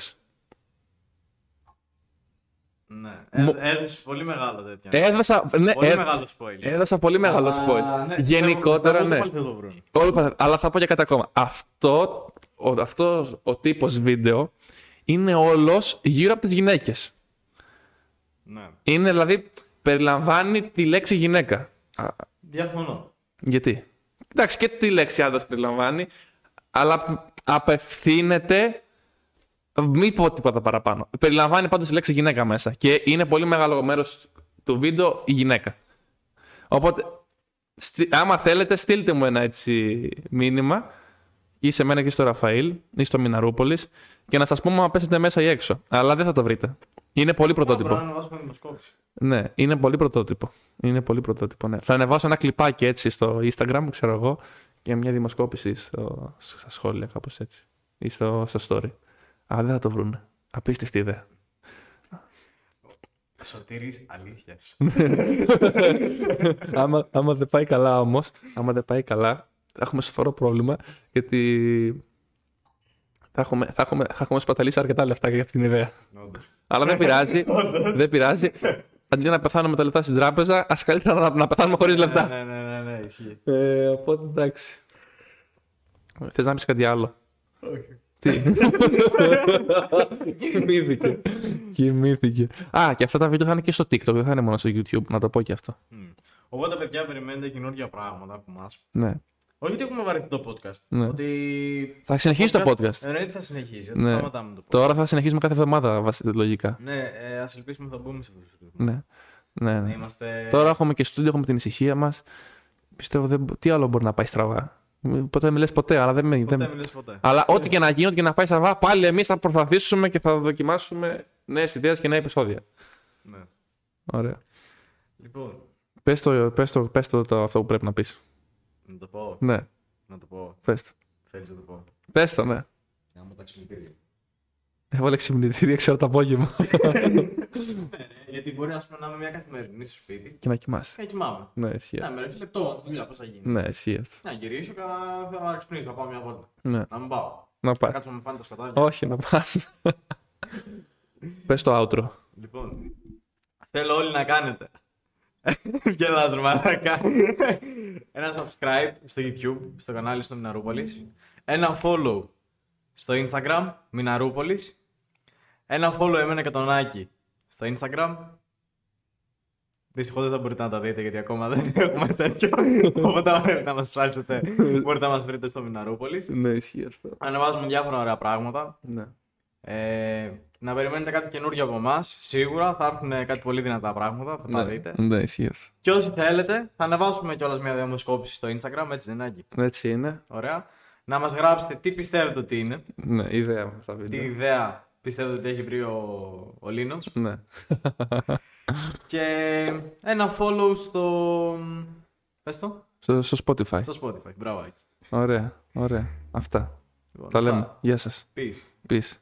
Speaker 1: Ναι. Ε,
Speaker 2: Μο-
Speaker 1: Έδωσε πολύ μεγάλο τέτοιο.
Speaker 2: Έδωσα, ναι,
Speaker 1: Πολύ
Speaker 2: ε,
Speaker 1: μεγάλο spoiler.
Speaker 2: έδωσα πολύ μεγάλο
Speaker 1: Αλλά,
Speaker 2: spoil.
Speaker 1: ναι,
Speaker 2: Γενικότερα,
Speaker 1: πιστεύω-
Speaker 2: ναι.
Speaker 1: πάλι θα το βρουν.
Speaker 2: Όλο παθα- αλλά θα πω για κάτι ακόμα. Αυτό, ο, αυτός ο τύπος βίντεο είναι όλος γύρω από τις γυναίκες.
Speaker 1: Ναι.
Speaker 2: Είναι δηλαδή, περιλαμβάνει τη λέξη γυναίκα.
Speaker 1: Διαφωνώ.
Speaker 2: Γιατί. Εντάξει, και τη λέξη άντρας περιλαμβάνει, αλλά απευθύνεται. Μη πω τίποτα παραπάνω. Περιλαμβάνει πάντως τη λέξη γυναίκα μέσα. Και είναι πολύ μεγάλο μέρος του βίντεο η γυναίκα. Οπότε, στη- άμα θέλετε, στείλτε μου ένα έτσι μήνυμα ή σε μένα και στο Ραφαήλ ή στο Μιναρούπολης και να σας πούμε αν πέσετε μέσα ή έξω. Αλλά δεν θα το βρείτε. Είναι πολύ πρωτότυπο.
Speaker 1: Πρέπει να ανεβάσουμε δημοσκόπηση.
Speaker 2: Ναι, είναι πολύ πρωτότυπο. Είναι πολύ πρωτότυπο, ναι. Θα ανεβάσω ένα κλιπάκι έτσι στο Instagram, ξέρω εγώ, και μια δημοσκόπηση στο, στα σχόλια, κάπως έτσι. Ή στο, στο story. Αλλά δεν θα το βρούνε. Απίστευτη ιδέα.
Speaker 1: Σωτήρης αλήθειας.
Speaker 2: Ναι. άμα, άμα δεν πάει καλά όμως, άμα δεν πάει καλά, έχουμε σοβαρό πρόβλημα, γιατί Θα έχουμε, θα, έχουμε, θα έχουμε σπαταλήσει αρκετά λεφτά για αυτήν την ιδέα.
Speaker 1: Ναι, Όντως.
Speaker 2: (laughs) Αλλά δεν πειράζει. δεν πειράζει. Αντί να πεθάνουμε τα λεφτά στην τράπεζα, ας καλύτερα να, να πεθάνουμε χωρίς λεφτά.
Speaker 1: Ναι, ναι, ναι, ναι, ισχύει.
Speaker 2: Ε, οπότε εντάξει. Θες να πεις κάτι άλλο.
Speaker 1: Όχι.
Speaker 2: Τι. (laughs) Κοιμήθηκε. Κοιμήθηκε. Α, και αυτά τα βίντεο θα είναι και στο TikTok, δεν θα είναι μόνο στο YouTube, να το πω και αυτό.
Speaker 1: Μμ. Οπότε, παιδιά, περιμένετε καινούργια πράγματα από εμά.
Speaker 2: Ναι.
Speaker 1: Όχι ότι έχουμε βαρεθεί το podcast.
Speaker 2: Ναι.
Speaker 1: Ότι.
Speaker 2: Θα συνεχίσει το podcast.
Speaker 1: Εννοείται θα συνεχίσει. Δεν
Speaker 2: Ναι.
Speaker 1: σταματάμε το podcast.
Speaker 2: Τώρα θα συνεχίσουμε κάθε εβδομάδα βασικά λογικά.
Speaker 1: Ναι, ε, ας ελπίσουμε θα μπούμε σε αυτό το
Speaker 2: Ναι. Ναι, ναι.
Speaker 1: Είμαστε.
Speaker 2: Τώρα έχουμε και στούντιο, έχουμε την ησυχία μας. Πιστεύω δεν... μπο- τι άλλο μπορεί να πάει στραβά. Μ, Ποτέ μιλέ ποτέ, αλλά δεν.
Speaker 1: Ποτέ
Speaker 2: δεν...
Speaker 1: μιλές ποτέ.
Speaker 2: Αλλά ό,τι και να γίνει, ό,τι και να πάει στραβά, πάλι εμείς θα προσπαθήσουμε και θα δοκιμάσουμε νέες ιδέες και νέα επεισόδια.
Speaker 1: Ναι.
Speaker 2: Ωραία.
Speaker 1: Λοιπόν,
Speaker 2: Πες το, πες το, πες το, το αυτό που πρέπει να πεις.
Speaker 1: να το πω.
Speaker 2: Ναι,
Speaker 1: Να το πω.
Speaker 2: πες το.
Speaker 1: Θέλεις να το πω.
Speaker 2: Πες το, ναι.
Speaker 1: Να μου τα ξυπνητήρια.
Speaker 2: Έβαλε ξυπνητήρια 6 ώρα το απόγευμα.
Speaker 1: Ναι, ρε, γιατί μπορεί ας πούμε, να είμαι μια καθημερινή στο σπίτι
Speaker 2: (laughs) και να κοιμάσαι.
Speaker 1: και να κοιμάμαι.
Speaker 2: Ναι, ισχύει.
Speaker 1: Ναι, με ρε φίλε, πτώμα, δουλειά, πώς θα γίνει.
Speaker 2: Ναι, ισχύει αυτό.
Speaker 1: Να γυρίσω και να- θέλω να ξυπνήσω, να πάω μια βόλτα.
Speaker 2: Ναι,
Speaker 1: Να μην πάω.
Speaker 2: να
Speaker 1: Να
Speaker 2: πα.
Speaker 1: κάτσω να μου φάνε το σκοτάδι.
Speaker 2: Όχι, να πας. (laughs) πες το outro.
Speaker 1: Λοιπόν, θέλω όλοι να κάνετε. (laughs) Γελάς ρε μαλάκα. Ένα subscribe στο YouTube, στο κανάλι στο Μιναρούπολης. Ένα follow στο Instagram, Μιναρούπολης. Ένα follow εμένα και τον Άκη στο Instagram. Δυστυχώς δεν θα μπορείτε να τα δείτε γιατί ακόμα δεν έχουμε τέτοιο. Οπότε αν θέλετε να μας ψάξετε μπορείτε να μας βρείτε στο Μιναρούπολης.
Speaker 2: Ναι, ισχύει αυτό.
Speaker 1: Ανεβάζουμε διάφορα ωραία πράγματα.
Speaker 2: Ναι.
Speaker 1: Ε, να περιμένετε κάτι καινούργιο από εμάς. Σίγουρα θα έρθουν ε, κάτι πολύ δυνατά πράγματα. Θα τα δείτε.
Speaker 2: Ναι, ισχύει αυτό.
Speaker 1: Και όσοι θέλετε, θα ανεβάσουμε κιόλας μια δημοσκόπηση στο Instagram. Έτσι δεν άγγι.
Speaker 2: Έτσι είναι.
Speaker 1: Ωραία. Να μας γράψετε τι πιστεύετε ότι είναι.
Speaker 2: Ναι, ιδέα με αυτά τα
Speaker 1: Τι
Speaker 2: βίντεο.
Speaker 1: ιδέα πιστεύετε ότι έχει βρει ο, ο Λίνος.
Speaker 2: Ναι.
Speaker 1: Και ένα follow στο. Πες το.
Speaker 2: Στο, στο Spotify.
Speaker 1: Στο Spotify. Μπράβο. Άκη.
Speaker 2: Ωραία, ωραία. Αυτά.
Speaker 1: Λοιπόν,
Speaker 2: Τα
Speaker 1: αυτά.
Speaker 2: λέμε. Γεια σας.
Speaker 1: Peace.
Speaker 2: Peace.